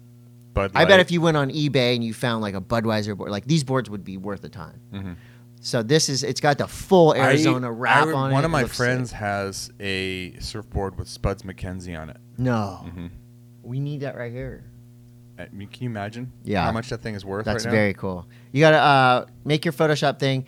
A: Bud
B: I bet
A: Light.
B: if you went on eBay and you found like a Budweiser board, like these boards would be worth a time. So this is it's got the full
A: Mm-hmm. I-
B: Arizona wrap
A: I-
B: on it.
A: One of
B: It
A: my
B: looks
A: friends
B: sick.
A: has a surfboard with Spuds McKenzie on it.
B: No,
A: Mhm.
B: we need that right here.
A: I mean, Uh, can you imagine?
B: Yeah.
A: How much that thing is worth?
B: That's
A: right now?
B: very cool. You gotta uh, make your Photoshop thing.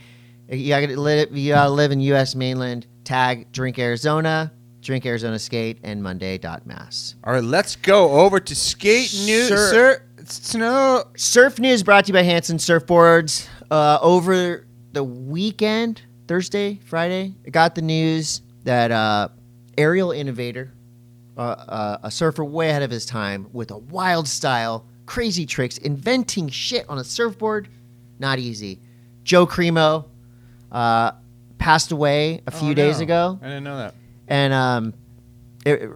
B: You gotta live, you gotta live in U.S. mainland. Tag drink Arizona, drink Arizona skate, and Monday.mass.
A: All right, let's go over to skate news.
B: Sir.
A: Sir, snow.
B: Surf news brought to you by Hanson Surfboards. Uh, over the weekend, Thursday, Friday, I got the news that uh, aerial innovator, uh, uh, a surfer way ahead of his time with a wild style, crazy tricks, inventing shit on a surfboard, not easy. Joe Cremo uh, passed away a few
A: Oh,
B: days
A: no.
B: ago,
A: I didn't know that.
B: and um, it- it,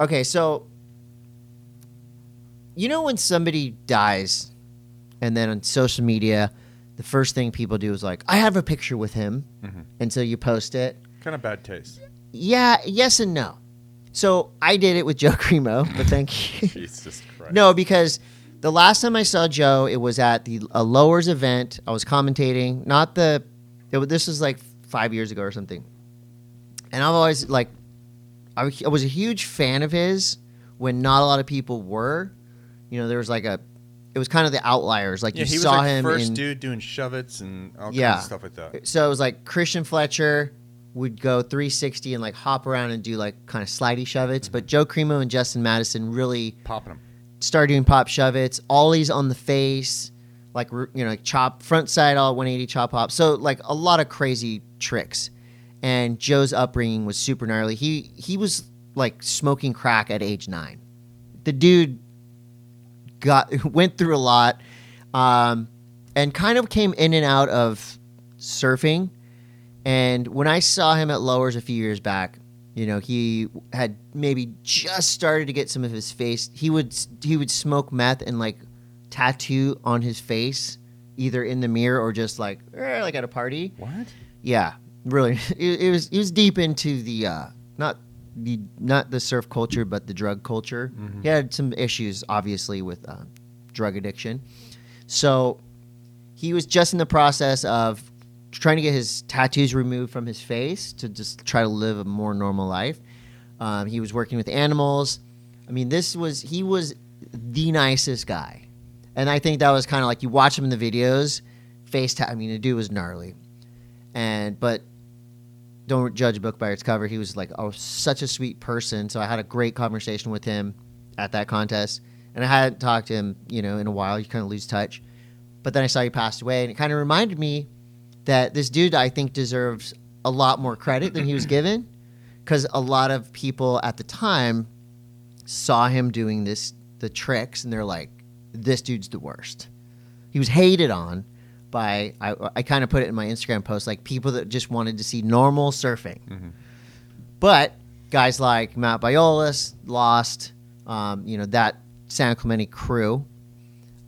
B: okay, so you know when somebody dies and then on social media the first thing people do is like i have a picture with him and so you post it
A: Kind of bad taste.
B: yeah yes and no so i did it with joe cremo but thank you
A: Jesus Christ.
B: no, because the last time I saw Joe, it was at the a lowers event. I was commentating, not the. It, was- this was like five years ago or something, and I've always like, I, was- I was a huge fan of his when not a lot of people were. You know, there was like a, it was kind of the outliers. Like
A: Yeah,
B: you
A: he was
B: saw
A: like
B: him
A: first
B: in,
A: dude doing shove-its and all
B: Yeah.
A: kinds of stuff like that.
B: so it was like Christian Fletcher would go 360 and like hop around and do like kind of slidey shove
A: Mm-hmm.
B: its, but Joe Cremo and Justin Madison really
A: Popping him.
B: start doing pop shove it's ollies on the face like r- you know like chop front side all 180 chop hop so like a lot of crazy tricks and joe's upbringing was super gnarly he he was like smoking crack at age nine the dude got went through a lot um, and kind of came in and out of surfing and when I saw him at Lowers a few years back, you know, he had maybe just started to get some of his face. He would he would smoke meth and like tattoo on his face, either in the mirror or just like eh, like at a party.
A: What?
B: Yeah, really, it, it was it was deep into the uh, not the not the surf culture but the drug culture. He had some issues, obviously, with uh, drug addiction. So he was just in the process of trying to get his tattoos removed from his face to just try to live a more normal life. Um, he was working with animals. I mean, this was he was the nicest guy, and I think that was kind of like you watch him in the videos. Face, ta- I mean, the dude was gnarly, and but don't judge a book by its cover. He was like, oh, such a sweet person. So I had a great conversation with him at that contest, and I hadn't talked to him, you know, in a while. You kind of lose touch, but then I saw he passed away, and it kind of reminded me that this dude I think deserves a lot more credit than he was given, because a lot of people at the time saw him doing this the tricks, and they're like, this dude's the worst. He was hated on by I, I kind of put it in my Instagram post like people that just wanted to see normal surfing. But guys like Matt Biolis, Lost, um, you know that San Clemente crew,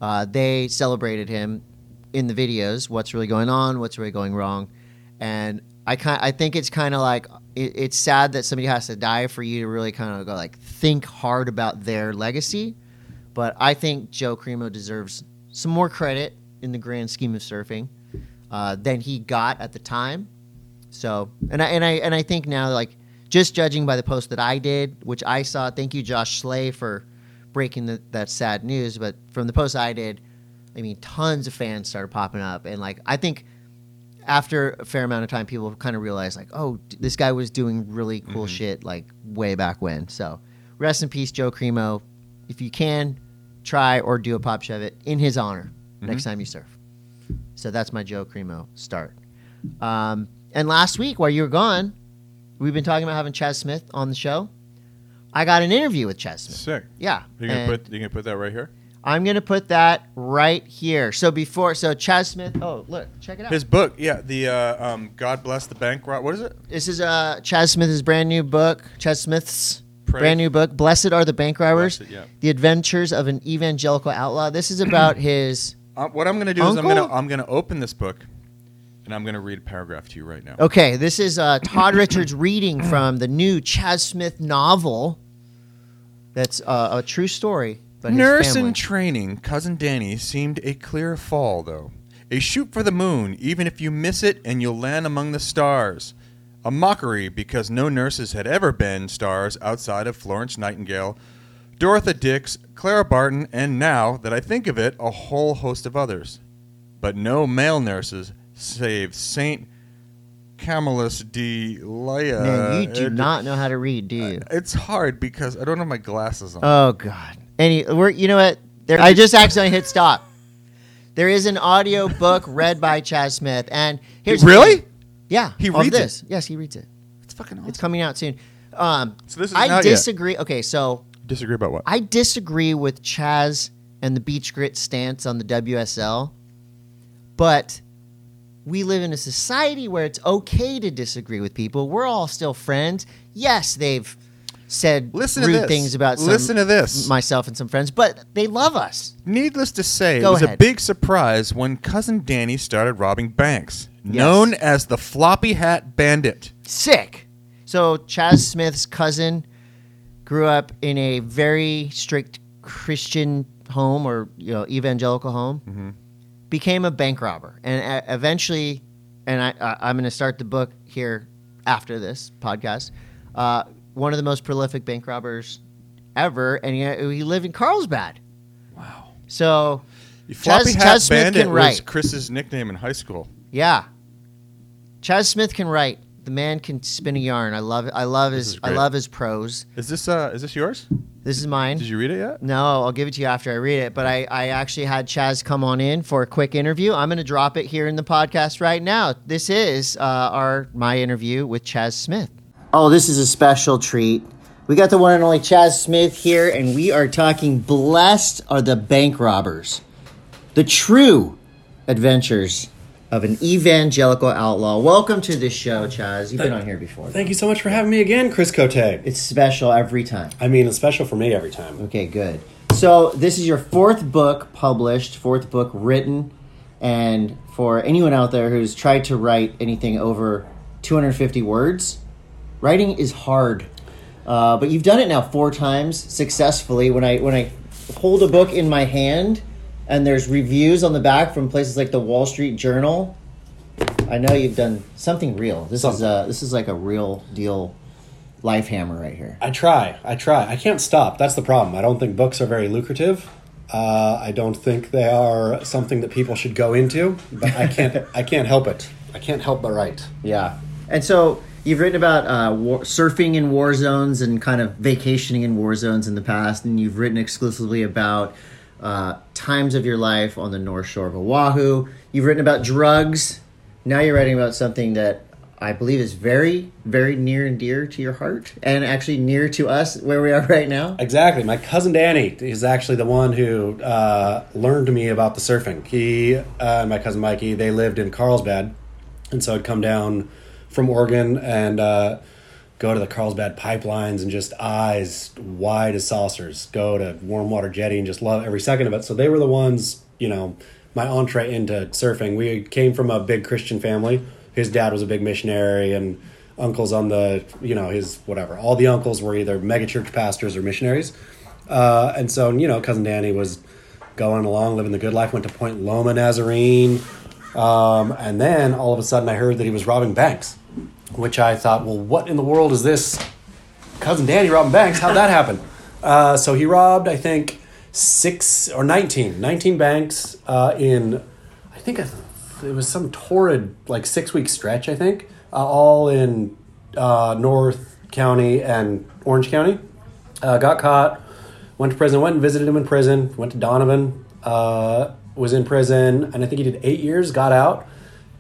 B: uh, they celebrated him in the videos. What's really going on? What's really going wrong? And I kind I think it's kind of like it, it's sad that somebody has to die for you to really kind of go like think hard about their legacy. But I think Joe Cremo deserves some more credit in the grand scheme of surfing uh, than he got at the time. So, and I and I and I think now, like just judging by the post that I did, which I saw. Thank you, Josh Slay, for breaking the, that sad news. But from the post I did, I mean, tons of fans started popping up, and like I think after a fair amount of time, people kind of realized like, oh, d- this guy was doing really
A: Mm-hmm.
B: cool shit like way back when. So, rest in peace, Joe Cremo. If you can, try or do a pop shove it in his honor
A: Mm-hmm.
B: next time you surf. So that's my Joe Cremo start. Um, and last week, while you were gone, we've been talking about having Chaz Smith on the show. I got an interview with Chaz Smith.
A: Sick.
B: Yeah.
A: You gonna
B: and
A: put you gonna put that right here?
B: I'm going to put that right here. So before, so Chaz Smith, oh, look, check it out.
A: His book, yeah, the uh, um, God bless the bank rot. What is it?
B: this is uh, Chaz Smith's brand new book, Chaz Smith's
A: Praise-
B: brand new book, Blessed Are the Bank Robbers,
A: Blessed, yeah.
B: The Adventures of an Evangelical Outlaw. This is about his,
A: Uh, what I'm gonna do is I'm
B: Uncle?
A: gonna I'm gonna open this book, and I'm gonna read a paragraph to you right now.
B: okay, this is uh, Todd Richards reading from the new Chaz Smith novel that's uh, a true story. but his
A: Nurse
B: family.
A: in training, cousin Danny seemed a clear fall, though. A shoot for the moon, even if you miss it and you'll land among the stars. A mockery because no nurses had ever been stars outside of Florence Nightingale, Dorotha Dix, Clara Barton, and now that I think of it, a whole host of others. But no male nurses save Saint Camillus de Laya.
B: Man, you
A: uh,
B: do not know how to read, do you?
A: It's hard because I don't have my glasses on.
B: Oh God. Any, we're, you know what? There, I just accidentally hit stop. There is an audio book read by Chaz Smith, and here's the
A: Really?
B: thing. Yeah,
A: He
B: of
A: reads it?
B: this. Yes, he reads it.
A: it's fucking awesome.
B: It's coming out soon. Um,
A: So this is
B: I
A: not yet.
B: disagree. Okay, so
A: Disagree about what?
B: I disagree with Chaz and the Beach Grit stance on the WSL, but we live in a society where it's okay to disagree with people. We're all still friends. Yes, they've said
A: Listen to
B: rude
A: this.
B: things about some,
A: Listen to this.
B: myself and some friends, but they love us.
A: Needless to say,
B: Go
A: it was a
B: ahead.
A: big surprise when cousin Danny started robbing banks, known as the floppy hat bandit.
B: Sick. So Chaz Smith's cousin grew up in a very strict Christian home or you know evangelical home,
A: Mm-hmm.
B: became a bank robber, and uh, eventually, and I, I I'm going to start the book here after this podcast. Uh, one of the most prolific bank robbers ever, and he, he lived in Carlsbad.
A: Wow.
B: So
A: Floppy
B: Chaz-
A: hat
B: Chaz Smith can
A: bandit was
B: write.
A: Chris's nickname in high school.
B: Yeah. Chaz Smith can write. The man can spin a yarn. I love I love his
A: is
B: I
A: great.
B: love his prose.
A: Is this uh is this yours?
B: This is mine.
A: Did you read it yet?
B: no, I'll give it to you after I read it, but I, I actually had Chaz come on in for a quick interview. I'm going to drop it here in the podcast right now. This is uh, our my interview with Chaz Smith. Oh, this is a special treat. We got the one and only Chaz Smith here, and we are talking Blessed Are the Bank Robbers the true adventures of an evangelical outlaw. Welcome to this show, Chaz. You've been on here before.
D: Thank you so much for having me again, Chris Cote. I
B: It's special every time.
D: mean, it's special for me every time.
B: Okay, good. So this is your fourth book published, fourth book written, and for anyone out there who's tried to write anything over 250 words, writing is hard. Uh, but you've done it now four times successfully. When I when I hold a book in my hand and there's reviews on the back from places like the Wall Street Journal, I know you've done something real. This is
D: Something.
B: a, this is like a real deal life hammer right here.
D: I try. I try. I can't stop. That's the problem. I don't think books are very lucrative. Uh, I don't think they are something that people should go into. But I can't. I can't help it. I can't help but write.
B: Yeah. And so you've written about uh, war- surfing in war zones and kind of vacationing in war zones in the past, and you've written exclusively about uh, times of your life on the North Shore of Oahu. You've written about drugs. Now you're writing about something that I believe is very, very near and dear to your heart, and actually near to us where we are right now.
D: Exactly. My cousin Danny is actually the one who uh, learned me about the surfing. He uh, and my cousin Mikey, they lived in Carlsbad. And so I'd come down from Oregon and uh, go to the Carlsbad pipelines and just eyes wide as saucers, go to warm water jetty and just love every second of it. So they were the ones, you know, my entree into surfing. We came from a big Christian family. His dad was a big missionary and uncles on the you know his whatever all the uncles were either megachurch pastors or missionaries uh, and so you know cousin danny was going along living the good life went to point loma nazarene um, and then all of a sudden i heard that he was robbing banks which i thought well what in the world is this cousin danny robbing banks how'd that happen uh, so he robbed i think six or 19 19 banks uh, in i think a, it was some torrid like six week stretch i think uh, all in uh, north county and orange county uh, got caught went to prison went and visited him in prison went to donovan uh, was in prison and i think he did eight years got out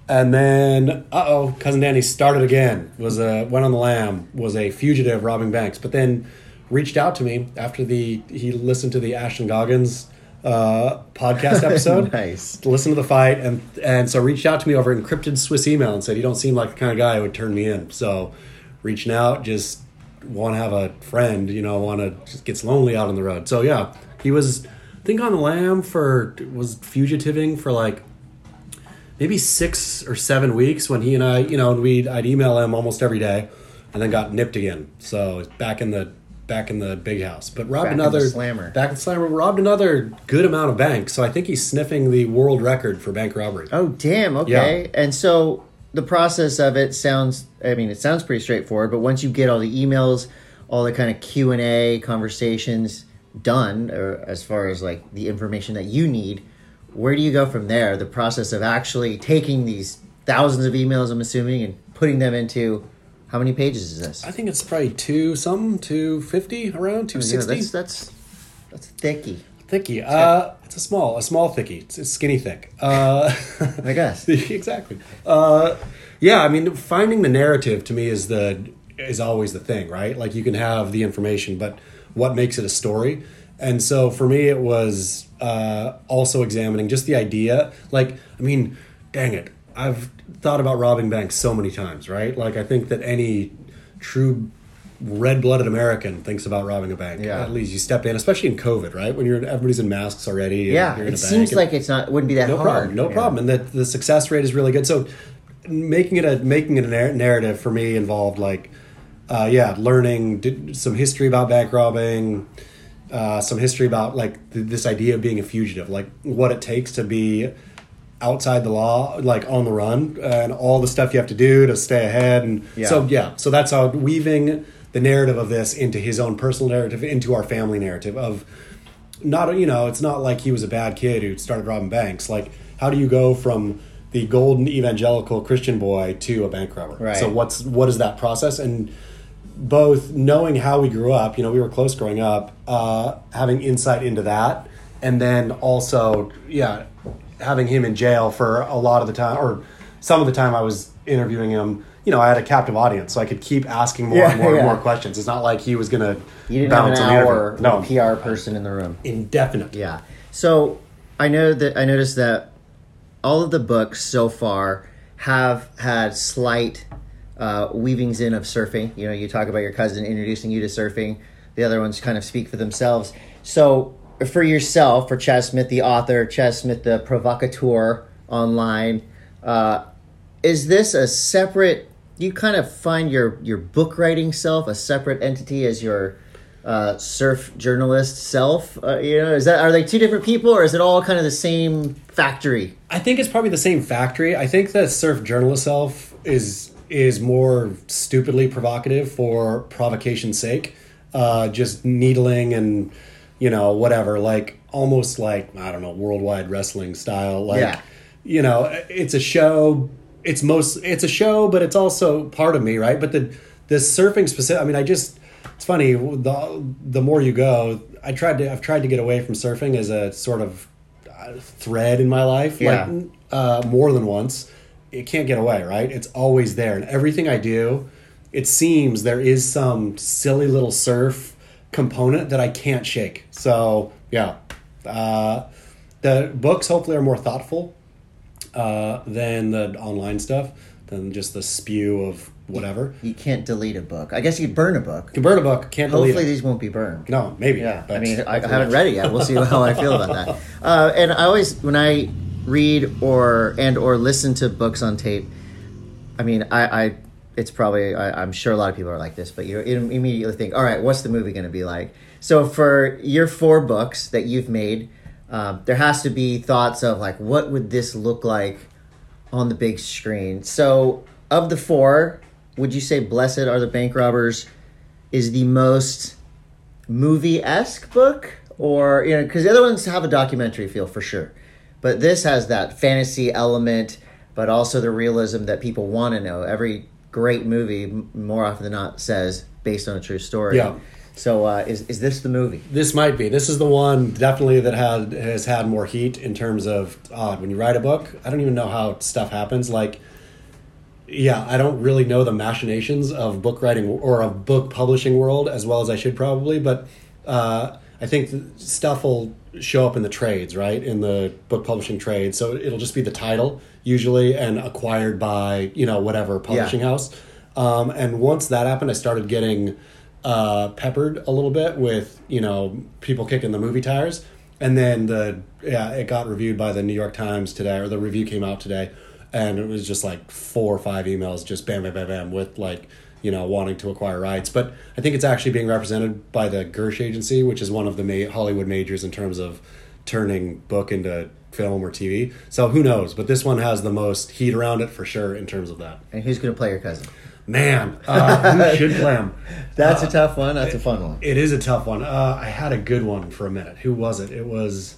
D: and then, uh oh, cousin Danny started again. Was a went on the lam. Was a fugitive robbing banks, but then reached out to me after the he listened to the Ashton Goggins uh, podcast episode.
B: Nice.
D: Listened to the fight, and and so reached out to me over encrypted Swiss email and said, "You don't seem like the kind of guy who would turn me in." So, reaching out, just want to have a friend, you know, want to just gets lonely out on the road. So yeah, he was I think on the lam for was fugitiving for like maybe six or seven weeks when he and I, you know, and we would I'd email him almost every day, and then got nipped again. So back in the back in the big house, but robbed
B: Back in the
D: another
B: slammer.
D: Back in the slammer, robbed another good amount of banks. So I think he's sniffing the world record for bank robbery.
B: Oh, damn. Okay. And so the process of it sounds. I mean, it sounds pretty straightforward. But once you get all the emails, all the kind of Q and A conversations done, or as far as like the information that you need, where do you go from there? The process of actually taking these thousands of emails, I'm assuming, and putting them into how many pages is this?
D: I think it's probably two, some two fifty around two
B: Oh, Yeah,
D: sixty.
B: that's that's that's thickie.
D: Thickie. Uh, it's a small, a small thickie. It's, it's skinny thick. Uh,
B: I guess.
D: exactly. Uh, yeah, I mean, finding the narrative to me is the is always the thing, right? Like you can have the information, but what makes it a story? And so for me, it was uh, also examining just the idea. Like, I mean, dang it, I've thought about robbing banks so many times, right? Like, I think that any true red-blooded American thinks about robbing a bank.
B: Yeah.
D: At least you step in, especially in COVID, right? When you're in, everybody's in masks already. and
B: Yeah,
D: you're in
B: it
D: a bank
B: seems
D: and-
B: like it's not wouldn't be that
D: no
B: hard.
D: problem no
B: Yeah.
D: problem and the, the success rate is really good so making it a making it a nar- narrative for me involved like uh, yeah learning d- some history about bank robbing uh, some history about like th- this idea of being a fugitive like what it takes to be outside the law like on the run uh, and all the stuff you have to do to stay ahead and
B: Yeah.
D: so yeah so that's how weaving the narrative of this into his own personal narrative into our family narrative of not you know it's not like he was a bad kid who started robbing banks like how do you go from the golden evangelical christian boy to a bank robber
B: Right.
D: so what's what is that process and both knowing how we grew up you know we were close growing up uh, having insight into that and then also yeah having him in jail for a lot of the time or some of the time i was interviewing him you know i had a captive audience so i could keep asking more
B: Yeah,
D: and more
B: yeah.
D: and more questions it's not like he was gonna
B: You didn't have an
D: bounce on the
B: hour
D: interview. no
B: PR person in the room.
D: indefinite
B: Yeah. So I know that I noticed that all of the books so far have had slight uh, weavings in of surfing. You know, you talk about your cousin introducing you to surfing. The other ones kind of speak for themselves. So for yourself, for Chaz Smith, the author, Chaz Smith, the provocateur online, uh, is this a separate? You kind of find your your book writing self a separate entity as your uh, surf journalist self. Uh, you know, is that are they two different people or is it all kind of the same factory?
D: I think it's probably the same factory. I think the surf journalist self is is more stupidly provocative for provocation's sake, uh, just needling and you know whatever, like almost like I don't know worldwide wrestling style. Like
B: Yeah.
D: you know, it's a show. It's most it's a show, but it's also part of me, right? But the the surfing specific. I mean, I just it's funny. The the more you go, I tried to I've tried to get away from surfing as a sort of uh, thread in my life
B: Yeah.
D: like uh, more than once it can't get away right it's always there and everything i do it seems there is some silly little surf component that i can't shake so yeah uh, the books hopefully are more thoughtful uh, than the online stuff than just the spew of whatever
B: You can't delete a book. I guess you could burn a book.
D: convert a book can't delete
B: Hopefully
D: it
B: these won't be burned.
D: no maybe
B: Yeah, I
D: but-
B: mean, I, I haven't read it yet. We'll see how I feel about that. Uh, and I always, when I read or and or listen to books on tape, I mean, I, I it's probably I, I'm sure a lot of people are like this, but you im- immediately think, all right, what's the movie going to be like? So for your four books that you've made, um, there has to be thoughts of like, what would this look like on the big screen? So of the four, would you say "Blessed Are the Bank Robbers" is the most movie esque book, or you know, because the other ones have a documentary feel for sure, but this has that fantasy element, but also the realism that people want to know. Every great movie, m- more often than not, says based on a true story.
D: Yeah.
B: So uh, is is this the movie?
D: this might be this is the one definitely that had has had more heat in terms of odd when you write a book i don't even know how stuff happens like yeah i don't really know the machinations of book writing or of book publishing world as well as i should probably but uh, i think th- stuff will show up in the trades right in the book publishing trade so it'll just be the title usually and acquired by you know whatever publishing house um, and once that happened i started getting uh, peppered a little bit with you know people kicking the movie tires and then the yeah it got reviewed by the new york times today or the review came out today and it was just like four or five emails just bam bam bam bam with like you know, wanting to acquire rights. But I think it's actually being represented by the Gersh Agency, which is one of the ma- Hollywood majors in terms of turning book into film or TV. So who knows? But this one has the most heat around it for sure in terms of that.
B: And who's going to play your cousin?
D: Man, uh, who should play him?
B: That's a tough one. That's a fun one.
D: Uh, It is a tough one. Uh, I had a good one for a minute. Who was it? It was.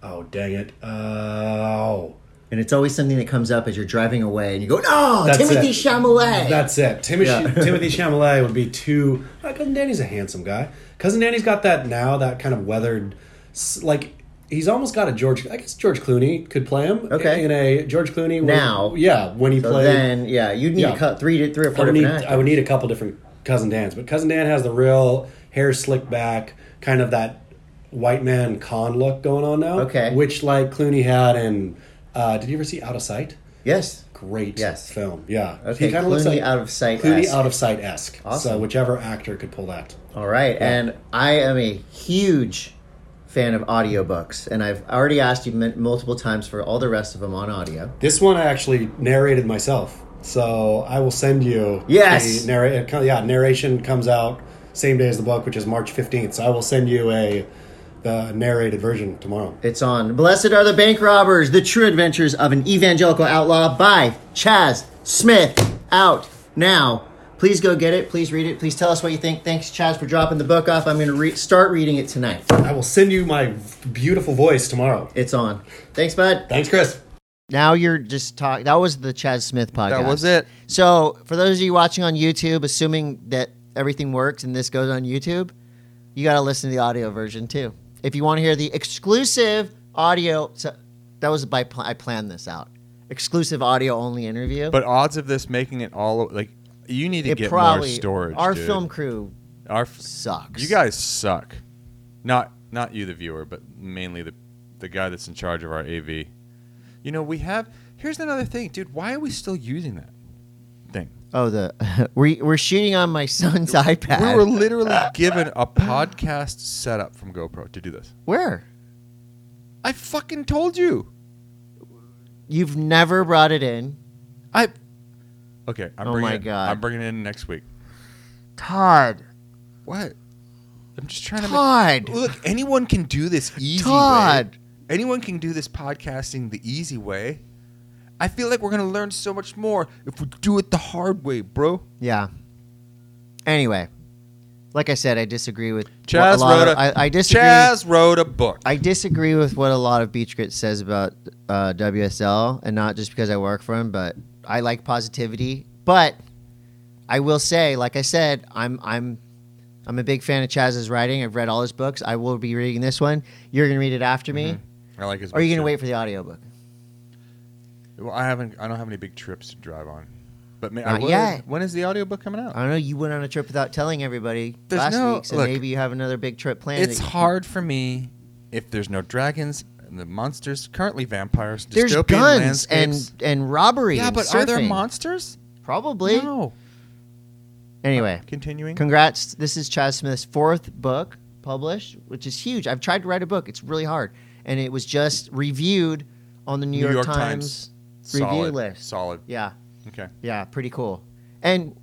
D: Oh dang it! Uh, oh,
B: And it's always something that comes up as you're driving away and you go, no,
D: That's
B: Timothy
D: it.
B: Chalamet.
D: that's it. Timothy
B: Yeah.
D: Timothy Chalamet would be too. Uh, Cousin Danny's a handsome guy. Cousin Danny's got that now. That kind of weathered, s- like he's almost got a George. I guess George Clooney could play him.
B: Okay.
D: in a George Clooney when-
B: Now.
D: yeah, when he
B: so
D: played.
B: then, yeah, you'd need
D: Yeah.
B: to cut three to three or
D: I
B: four
D: would need
B: different
D: I would need a couple different cousin Dan's, but cousin Dan has the real hair slicked back, kind of that white man con look going on now.
B: Okay.
D: which like Clooney had in. Uh, did you ever see Out of Sight?
B: Yes.
D: Great
B: Yes.
D: film. Yeah.
B: Okay,
D: kinda
B: Clooney out of sight
D: Clooney
B: esque.
D: out of sight esque. So
B: Awesome.
D: whichever actor could pull that.
B: All right. And I am a huge fan of audiobooks. And I've already asked you m- multiple times for all the rest of them on audio.
D: This one I actually narrated myself. So I will send you.
B: Yes.
D: The narra- it co- yeah, narration comes out same day as the book, which is March fifteenth. So I will send you a the narrated version tomorrow.
B: It's on Blessed Are the Bank Robbers, The True Adventures of an Evangelical Outlaw by Chaz Smith. Out now. Please go get it. Please read it. Please tell us what you think. Thanks, Chaz, for dropping the book off. I'm going to re- start reading it tonight.
D: I will send you my beautiful voice tomorrow.
B: It's on. Thanks, bud.
D: Thanks, Chris.
B: Now you're just talking. That was the Chaz Smith podcast.
A: That was it.
B: So, for those of you watching on YouTube, assuming that everything works and this goes on YouTube, you got to listen to the audio version too. If you want to hear the exclusive audio, so that was by pl- I planned this out. Exclusive audio only interview.
A: But odds of this making it all like you need to
B: it
A: get
B: probably
A: more storage.
B: our
A: dude.
B: film crew
A: our f-
B: sucks.
A: you guys suck. Not not you the viewer, but mainly the the guy that's in charge of our AV. You know we have. Here's another thing, dude. Why are we still using that thing?
B: Oh, the we we're shooting on my son's iPad.
A: We were literally given a podcast setup from GoPro to do this.
B: Where?
A: I fucking told you.
B: You've never brought it in.
A: I. Okay, I'm
B: Oh
A: bringing
B: my
A: it,
B: God.
A: I'm bringing it in next week.
B: Todd.
A: What? I'm just trying to. Make,
B: Todd.
A: look, anyone can do this easy way.
B: Todd.
A: Anyone can do this podcasting the easy way. I feel like we're gonna learn so much more if we do it the hard way, bro.
B: Yeah. Anyway, like I said, I disagree with what a
A: Chaz
B: lot
A: wrote
B: of-
A: a
B: I I disagree.
A: Chaz wrote a book.
B: I disagree with what a lot of Beach Grit says about uh, WSL, and not just because I work for him, but I like positivity. But I will say, like I said, I'm I'm I'm a big fan of Chaz's writing. I've read all his books. I will be reading this one. You're gonna read it after me,
A: I like his.
B: or are you
A: book,
B: gonna
A: too.
B: wait for the audiobook?
A: Well, I haven't. I don't have any big trips to drive on. But man,
B: Not yet.
A: When is the audiobook coming out?
B: I don't know. You went on a trip without telling everybody
A: There's
B: last
A: no-
B: week, so
A: look,
B: maybe you have another big trip planned.
A: It's
B: that you-
A: hard for me if there's no dragons and the monsters. Currently, vampires.
B: There's
A: dystopian
B: guns
A: landscapes.
B: and and robbery.
A: yeah,
B: and
A: but are there
B: surfing.
A: monsters?
B: Probably.
A: No.
B: Anyway,
A: Continuing.
B: congrats. This is Chaz Smith's fourth book published, which is huge. I've tried to write a book, it's really hard. And it was just reviewed on the New, York, Times, review
A: Solid.
B: list.
A: Solid.
B: Yeah,
A: Okay.
B: yeah, pretty cool. And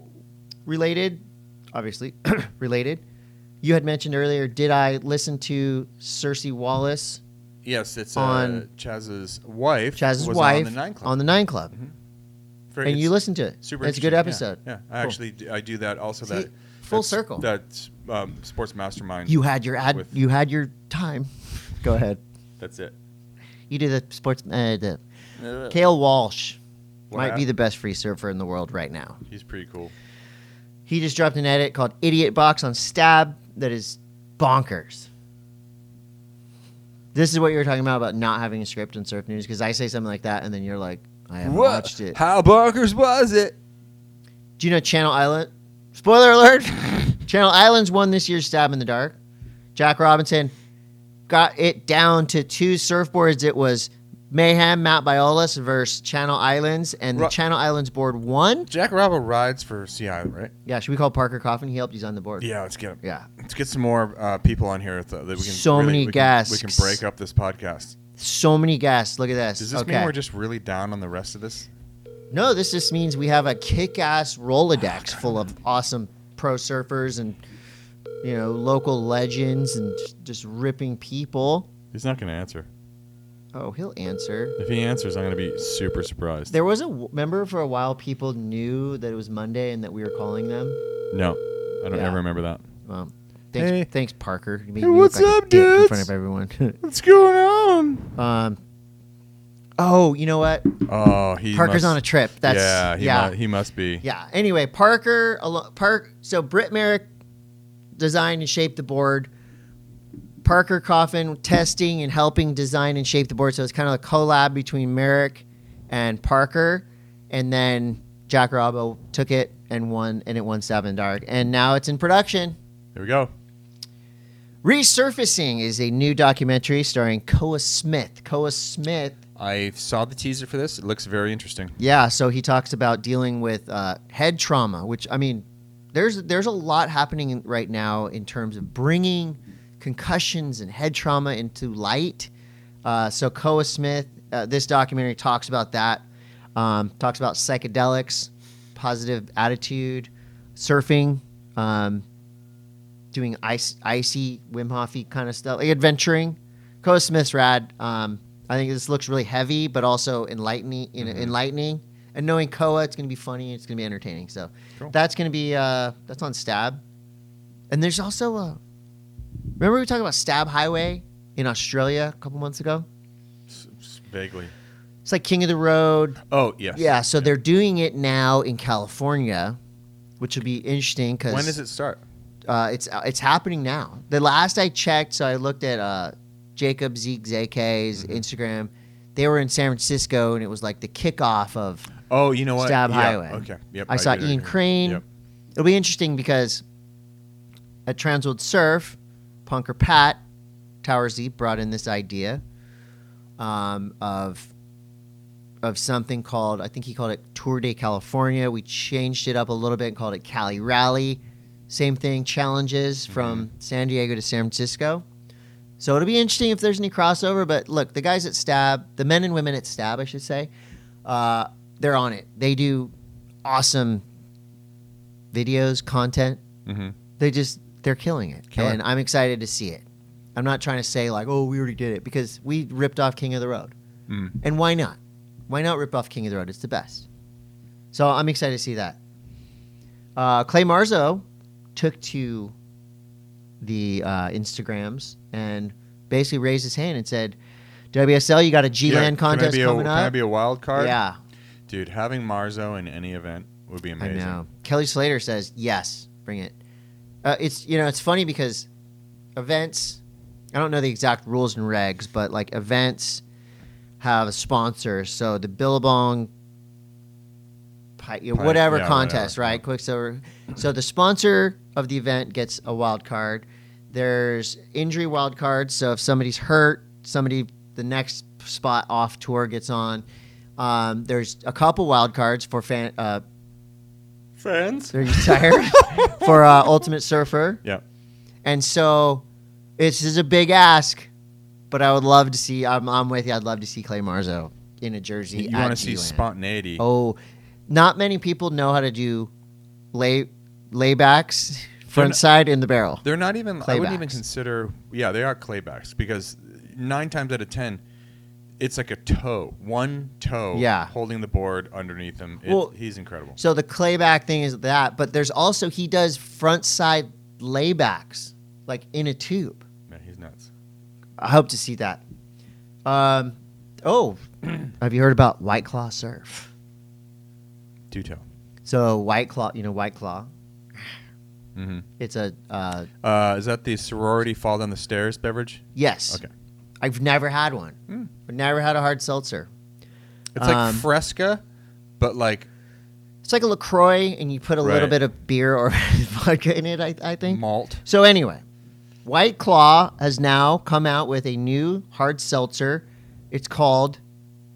B: related, obviously, related, you had mentioned earlier, did I listen to Cersei Wallace,
A: Yes, it's uh,
B: On-
A: Chaz's wife.
B: Chaz's
A: was
B: wife,
A: on the Nine Club.
B: on the Nine Club?
A: Very-
B: And you
A: it's
B: listened to it.
A: Super.
B: it's a good
A: interesting.
B: episode.
A: Yeah, yeah. I
B: Cool.
A: actually d- I do that also.
B: See,
A: that
B: full
A: that's-
B: circle.
A: That um, sports mastermind.
B: You had your ad.
A: With-
B: you had your time. Go ahead.
A: That's it.
B: You do the sports. Uh, the Kale Walsh might be
A: happened?
B: the best free surfer in the world right now.
A: He's pretty cool.
B: He just dropped an edit called "Idiot Box" on Stab that is bonkers. This is what you were talking about about not having a script in surf news because I say something like that and then you're like, I haven't watched it.
A: How bonkers was it?
B: Do you know Channel Island? Spoiler alert! Channel Islands won this year's Stab in the Dark. Jack Robinson got it down to two surfboards. It was Mayhem Mount Biolas versus Channel Islands, and the
A: Ru-
B: Channel Islands board won.
A: Jack Robbo rides for Sea Island, right?
B: Yeah, should we call Parker Coffin? He helped. He's on the board.
A: Yeah, let's get him.
B: Yeah.
A: Let's get some more uh, people on here that that we can.
B: So
A: really-
B: many
A: we can- We
B: guests.
A: can break up this podcast.
B: So many guests. Look at this.
A: Does this
B: okay.
A: mean we're just really down on the rest of this?
B: No, this just means we have a kick-ass
A: Oh,
B: Rolodex full of awesome pro surfers and you know local legends and just ripping people.
A: He's not going to answer.
B: Oh, he'll answer.
A: If he answers, I'm going to be super surprised.
B: There was a remember for a while people knew that it was Monday and that we were calling them.
A: no, I don't
B: Yeah.
A: ever remember that.
B: Well, thanks,
A: Hey.
B: thanks, Parker. You made
A: Hey,
B: me look
A: what's
B: a
A: up,
B: dick In front
A: dudes?
B: of everyone.
A: What's going on?
B: um, oh, you know what?
A: Oh, he
B: Parker's
A: must-
B: on a trip. That's
A: yeah, he
B: yeah,
A: mu- he must be.
B: yeah. Anyway, Parker, alo- Park. So Britt Merrick designed and shaped the board. Parker Coffin testing and helping design and shape the board. So it's kind of a collab between Merrick and Parker, and then Jack Rabo took it and won, and it won Seven Dark, and now it's in production.
A: Here we go.
B: Resurfacing is a new documentary starring Koa Smith. Koa Smith,
A: I saw the teaser for this. It looks very interesting.
B: yeah. So he talks about dealing with uh, head trauma, which I mean, there's there's a lot happening in- right now in terms of bringing concussions and head trauma into light. Uh, so Koa Smith, uh, this documentary talks about that. Um, talks about psychedelics, positive attitude, surfing, um, doing ice, icy Wim Hof kind of stuff, like adventuring. Koa Smith's rad. Um, I think this looks really heavy, but also enlightening. You know,
A: Mm-hmm.
B: enlightening. And knowing Koa, it's going to be funny. It's going to be entertaining. So that's going to be uh, that's on Stab. And there's also a. Remember we were talking about Stab Highway in Australia a couple months ago.
A: Vaguely.
B: It's like King of the Road.
A: Oh yes.
B: Yeah, so they're doing it now in California, which will be interesting because
A: When does it start?
B: uh, it's it's happening now. The last I checked, so I looked at uh, Jacob Zeke Zeke's Instagram. They were in San Francisco, and it was like the kickoff of.
A: Oh, you know what?
B: Stab
A: Yeah,
B: Highway.
A: Okay. Yep.
B: I, saw
A: get it
B: Ian
A: here.
B: Crane.
A: Yep.
B: It'll be interesting because at Transworld Surf, Punker Pat Tower Z brought in this idea um, of of something called I think he called it Tour de California. We changed it up a little bit and called it Cali Rally. Same thing, challenges from San Diego to San Francisco. So it'll be interesting if there's any crossover. But look, the guys at Stab, the men and women at Stab, I should say, uh, they're on it. They do awesome videos, content. They just they're killing it,
A: Mm-hmm. Killer.
B: and I'm excited to see it. I'm not trying to say like, oh, we already did it because we ripped off King of the Road,
A: Mm.
B: and why not? Why not rip off King of the Road? It's the best. So I'm excited to see that. Uh, Clay Marzo took to the uh, Instagrams and basically raised his hand and said, "WSL, you got a G
A: Yeah,
B: Land contest
A: can I be
B: coming
A: a,
B: up."
A: Can I be a wild card?
B: yeah,
A: Dude, having Marzo in any event would be amazing.
B: I know. Kelly Slater says yes, bring it. Uh, it's you know it's funny because events. I don't know the exact rules and regs, but like events have a sponsor. So the Billabong, pi- you know,
A: Pi-
B: whatever
A: yeah,
B: contest,
A: whatever.
B: right? Quicksilver. So the sponsor of the event gets a wild card. There's injury wild cards. So if somebody's hurt, somebody the next spot off tour gets on. Um, there's a couple wild cards for fan, uh,
D: Friends.
B: they're retired for uh, Ultimate Surfer,
A: Yeah.
B: and so it's is a big ask. But I would love to see. I'm, I'm with you. I'd love to see Clay Marzo in a jersey.
A: You
B: at
A: want to see
B: G-Land.
A: spontaneity.
B: Oh, not many people know how to do lay laybacks, front
A: not-
B: side in the barrel.
A: They're not even. I wouldn't even
B: Claybacks.
A: consider. Yeah, they are claybacks because nine times out of ten, it's like a toe, one toe,
B: Yeah.
A: holding the board underneath him. It,
B: Well-
A: he's incredible.
B: So the clayback thing is that, but there's also he does front side laybacks like in a tube.
A: Man, he's nuts.
B: I hope to see that. Um, oh, have you heard about White Claw Surf?
A: Do tell.
B: So White Claw, you know White Claw.
A: Mm-hmm.
B: It's a uh,
A: Uh, is that the sorority fall down the stairs beverage?
B: yes.
A: Okay. Hmm.
B: I've never had one. I've never had a hard seltzer.
A: It's like
B: Um,
A: Fresca, but like
B: It's like a Lacroix, and you put a little
A: Right.
B: bit of beer or vodka in it. I, I think.
A: malt.
B: So anyway, White Claw has now come out with a new hard seltzer. It's called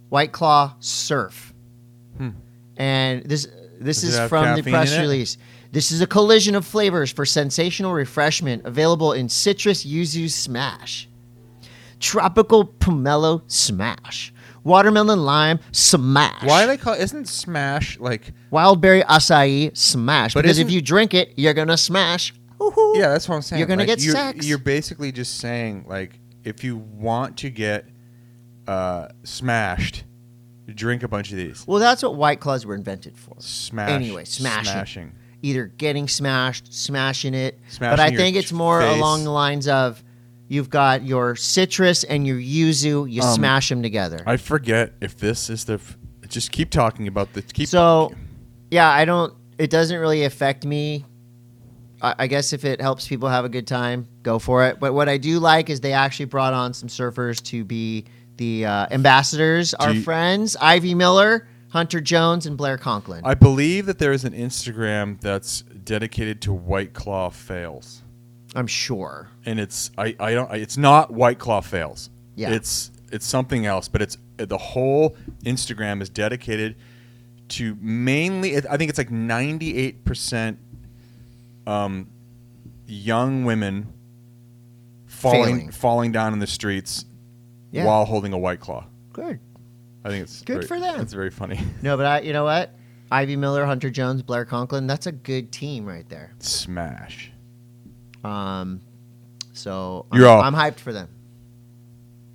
B: White Claw Surf, and this this
A: Hmm. Does it
B: is
A: have
B: from the
A: caffeine
B: press
A: in it?
B: release. This is a collision of flavors for sensational refreshment available in citrus yuzu smash, tropical pomelo smash, watermelon lime smash.
A: Why they call isn't smash like
B: Wildberry acai smash.
A: But
B: because if
A: isn't-
B: you drink it, you're gonna smash.
A: Yeah, that's what I'm saying.
B: You're gonna
A: Like,
B: get
A: you're,
B: sex.
A: You're basically just saying like if you want to get uh, smashed, drink a bunch of these.
B: Well, that's what white claws were invented for.
A: Smash.
B: Anyway, smashing.
A: Smashing.
B: Either getting smashed, smashing it. but
A: Smashing
B: I
A: your
B: think it's more
A: face.
B: along the lines of you've got your citrus and your yuzu, you smash 'em smash them together.
A: I forget if this is the. F- just keep talking about the. Keep
B: so, yeah, I don't. It doesn't really affect me. I, I guess if it helps people have a good time, go for it. But what I do like is they actually brought on some surfers to be the uh, ambassadors. our
A: you-
B: friends Ivy Miller, Hunter Jones, and Blair Conklin.
A: I believe that there is an Instagram that's dedicated to White Claw fails,
B: I'm sure.
A: and it's I I don't I, it's not White Claw fails.
B: Yeah.
A: It's it's something else, but it's the whole Instagram is dedicated to mainly I think it's like 98% um young women falling
B: Failing.
A: falling down in the streets
B: Yeah.
A: while holding a White Claw.
B: Good.
A: I think it's
B: Good
A: very-
B: for them.
A: It's very funny.
B: No, but I, you know what? Ivy Miller, Hunter Jones, Blair Conklin. That's a good team right there.
A: Smash.
B: Um, so
A: You're
B: I'm,
A: all-
B: I'm hyped for them.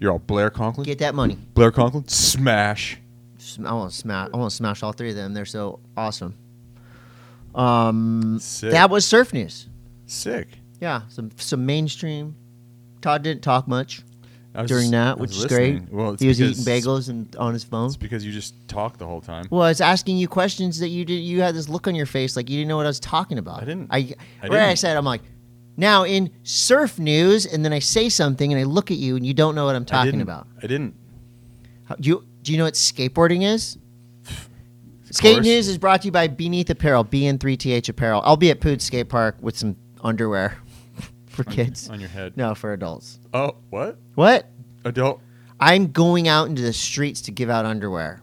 A: You're all Blair Conklin.
B: Get that money.
A: Blair Conklin, smash.
B: Sm- I want to smash. I want to smash all three of them. They're so awesome.
A: Sick.
B: Mm. That was surf news.
A: Sick.
B: Yeah, some some mainstream. Todd didn't talk much
A: I was-
B: during
A: I
B: that,
A: was
B: which is
A: listening.
B: great.
A: Well, it's
B: he was
A: because-
B: eating bagels and on his phone.
A: It's because you just talk the whole time.
B: Well, I was asking you questions that you did. You had this look on your face, like you didn't know what I was talking about.
A: I didn't.
B: I,
A: I
B: right, I
A: didn't.
B: said, I'm like, now in surf news, and then I say something, and I look at you, and you don't know what I'm
A: I
B: talking
A: didn't-
B: about.
A: I didn't.
B: How, do you do you know what skateboarding is?
A: Of
B: Skate
A: course.
B: News is brought to you by Beneath Apparel, BN3TH Apparel. I'll be at Pood Skate Park with some underwear for kids.
A: on your head.
B: No, for adults.
A: Oh, what?
B: What?
A: Adult.
B: I'm going out into the streets to give out underwear.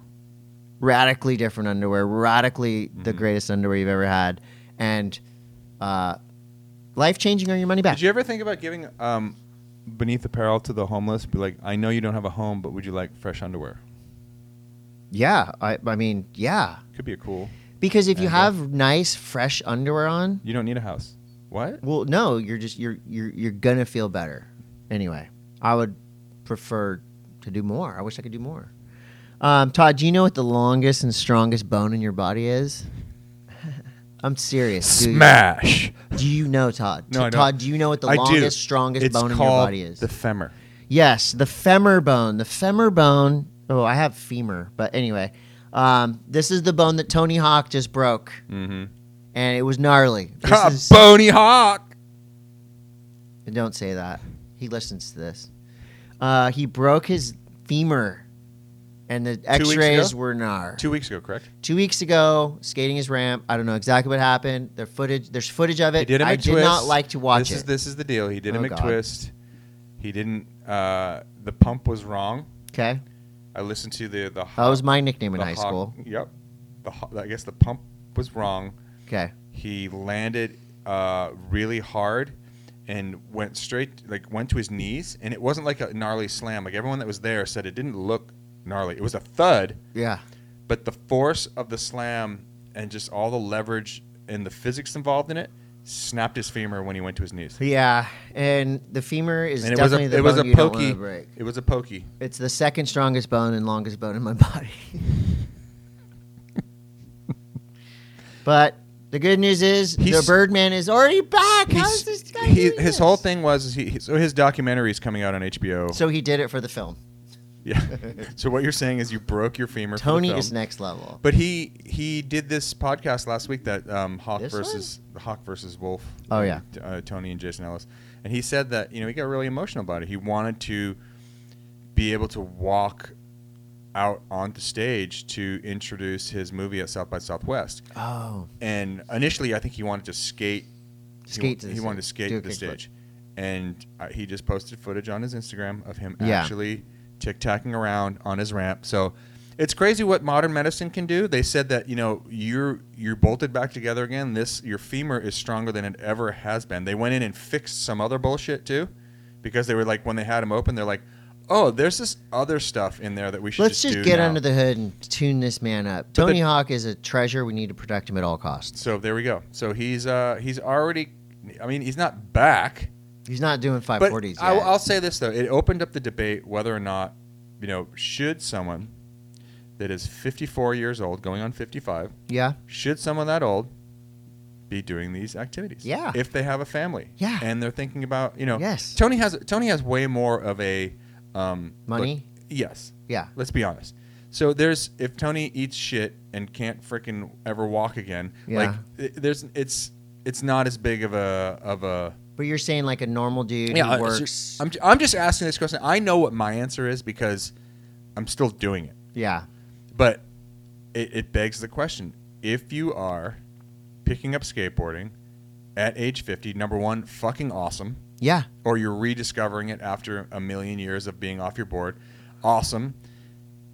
B: Radically different underwear, radically
A: Mm-hmm.
B: the greatest underwear you've ever had. And uh, life changing or your money back.
A: Did you ever think about giving um, beneath apparel to the homeless? Be like, I know you don't have a home, but would you like fresh underwear?
B: yeah. I, I mean, yeah.
A: Could be a cool.
B: Because if you
A: And, uh,
B: have nice, fresh underwear on,
A: You don't need a house. What?
B: well, no, you're just, you're, you're, you're going to feel better. Anyway, I would prefer to do more. I wish I could do more. Um, Todd, do you know what the longest and strongest bone in your body is? I'm serious. dude.
A: Smash.
B: Do you know, Todd?
A: No, I don't.
B: Todd, do you know what the
A: I do.
B: longest, strongest
A: It's
B: bone in your
A: called
B: body is?
A: The femur.
B: yes, the femur bone. The femur bone. Oh, I have femur, but anyway, um, this is the bone that Tony Hawk just broke, mm-hmm. and it was gnarly. This
A: Ah,
B: is-
A: Bony Hawk.
B: don't say that. He listens to this. Uh, he broke his femur, and the
A: weeks
B: X-rays
A: ago?
B: were gnar.
A: Two weeks ago, correct?
B: two weeks ago, skating his ramp. I don't know exactly what happened. There footage. There's footage of it.
A: He did a
B: I
A: McTwist.
B: did not like to watch
A: this
B: it.
A: is this is the deal. He did a
B: Oh, God.
A: McTwist. He didn't. Uh, the pump was wrong.
B: okay,
A: I listened to the the.
B: that was my nickname in high
A: hawk-
B: school.
A: Yep. The ho- I guess the pump was wrong.
B: Okay.
A: He landed uh, really hard and went straight like went to his knees and it wasn't like a gnarly slam like everyone that was there said it didn't look gnarly it was a thud
B: Yeah.
A: but the force of the slam and just all the leverage and the physics involved in it snapped his femur when he went to his knees
B: Yeah. And the femur is
A: and it was a
B: definitely the
A: it was
B: bone
A: a
B: you don't wanna
A: pokey
B: break.
A: it was a pokey
B: It's the second strongest bone and longest bone in my body. but the good news is the
A: He's-
B: Birdman is already back. How's
A: He's-
B: this guy?
A: he-
B: doing
A: his whole
B: this?
A: thing was is he, so his documentary is coming out on HBO
B: So he did it for the film.
A: Yeah. so what you're saying is you broke your femur. for the
B: Tony
A: film.
B: is next level.
A: But he he did this podcast last week that um, Hawk
B: This
A: versus Hawk versus Wolf.
B: Oh, yeah.
A: uh, Tony and Jason Ellis, and he said that you know he got really emotional about it. He wanted to be able to walk out onto stage to introduce his movie at South by Southwest.
B: Oh,
A: And initially, I think he wanted to skate. he
B: Skate
A: wa-
B: to the
A: He, wanted to
B: stage.
A: skate
B: Do a
A: to the
B: kickflip.
A: stage, and uh, he just posted footage on his Instagram of him
B: Yeah.
A: actually tic tacking around on his ramp. So it's crazy what modern medicine can do. They said that you know you're you're bolted back together again. This your femur is stronger than it ever has been. They went in and fixed some other bullshit too, because they were like when they had him open, they're like. oh, there's this other stuff in there that we should.
B: Let's just,
A: do
B: get
A: now.
B: under the hood and tune this man up. Tony Hawk is a treasure. We need to protect him at all costs.
A: So there we go. So he's uh he's already. I mean, he's not back.
B: He's not doing
A: But
B: 540s yet.
A: I'll, I'll say this though, it opened up the debate whether or not, you know, should someone that is 54 years old, going on 55,
B: yeah.
A: should someone that old be doing these activities?
B: Yeah.
A: If they have a family.
B: Yeah.
A: And they're thinking about, you know,
B: Yes.
A: Tony has Tony has way more of a um, look-
B: Money?
A: yes.
B: Yeah.
A: Let's be honest. So there's if Tony eats shit and can't freaking ever walk again, like th- there's it's it's not as big of a of a
B: But you're saying like a normal dude
A: yeah, uh,
B: who
A: it's
B: works.
A: ju- I'm, ju- I'm just asking this question. I know what my answer is because I'm still doing it.
B: yeah.
A: But it, it begs the question if you are picking up skateboarding at age 50, number one, fucking awesome,
B: Yeah.
A: or you're rediscovering it after a million years of being off your board, awesome.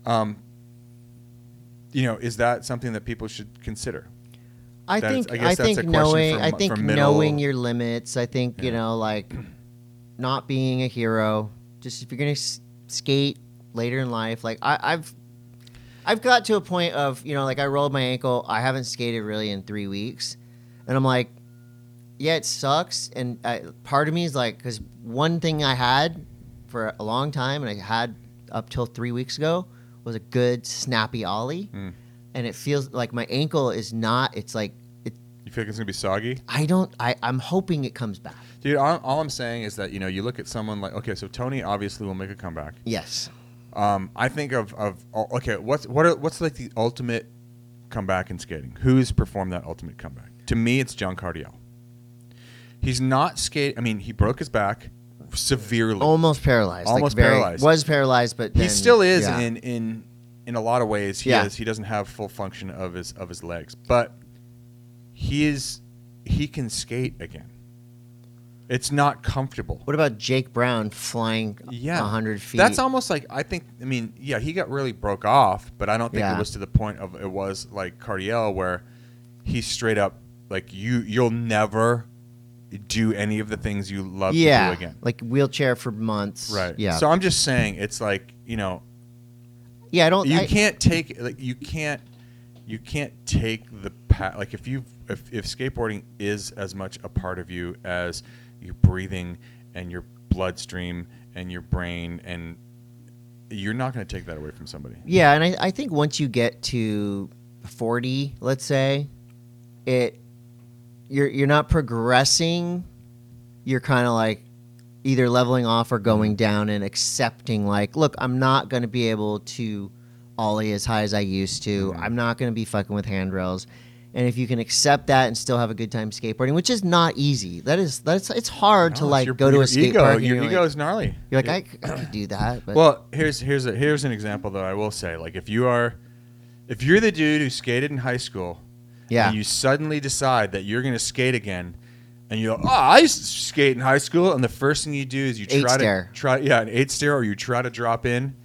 A: Um, you know, is that something that people should consider?
B: I
A: That is-
B: think
A: I
B: I,
A: guess that's a
B: think
A: question
B: knowing
A: from-
B: I think
A: from middle-
B: knowing your limits. I think you know like not being a hero. Just if you're gonna s- skate later in life, like I, I've I've got to a point of you know like I rolled my ankle. I haven't skated really in three weeks, and I'm like, yeah, it sucks. And I, part of me is like, because one thing I had for a long time, and I had up till three weeks ago, was a good snappy ollie,
A: Mm.
B: and it feels like my ankle is not. It's like it.
A: You feel like it's going to be soggy?
B: I don't. I. I'm hoping it comes back.
A: Dude, all, all I'm saying is that, you know, you look at someone like, okay, so Tony obviously will make a comeback.
B: Yes.
A: Um, I think of of oh, okay. What's what are, what's like the ultimate comeback in skating? Who's performed that ultimate comeback? To me, it's John Cardiel. He's not skate. I mean, he broke his back severely.
B: Almost paralyzed.
A: Almost
B: like very,
A: paralyzed.
B: Was paralyzed, but
A: he
B: then-
A: still is
B: yeah.
A: in in in a lot of ways. He
B: Yeah.
A: is. He doesn't have full function of his of his legs, but he is he can skate again. It's not comfortable.
B: What about Jake Brown flying
A: yeah,
B: hundred feet?
A: That's almost like I think. I mean, yeah, he got really broke off, but I don't think it
B: Yeah.
A: was to the point of it was like Cardiel, where he straight up like you. You'll never do any of the things you love
B: yeah.
A: to do again.
B: Like wheelchair for months.
A: Right.
B: Yeah.
A: So I'm just saying, it's like you know,
B: yeah. I don't.
A: you
B: I-
A: can't take like you can't you can't take the pa- like if you if, if skateboarding is as much a part of you as your breathing and your bloodstream and your brain and you're not going to take that away from somebody
B: Yeah, and I, I think once you get to forty, let's say, it you're you're not progressing. You're kind of like either leveling off or
A: Mm-hmm.
B: going down and accepting like, look, I'm not going to be able to ollie as high as I used to.
A: Mm-hmm.
B: I'm not going to be fucking with handrails. And if you can accept that and still have a good time skateboarding, which is not easy, that is that's it's hard
A: No,
B: to
A: it's
B: like
A: your-
B: go to
A: your
B: a skate
A: ego,
B: park. and
A: your
B: you're
A: ego
B: like,
A: is gnarly
B: you're like I, c- I could do that, but
A: Well, here's here's a, here's an example though. I will say, like, if you are, if you're the dude who skated in high school,
B: Yeah.
A: and you suddenly decide that you're going to skate again, and you go, oh, I used to skate in high school, and the first thing you do is you
B: Eight
A: try
B: stair.
A: to try, yeah, an eight stair, or you try to drop in,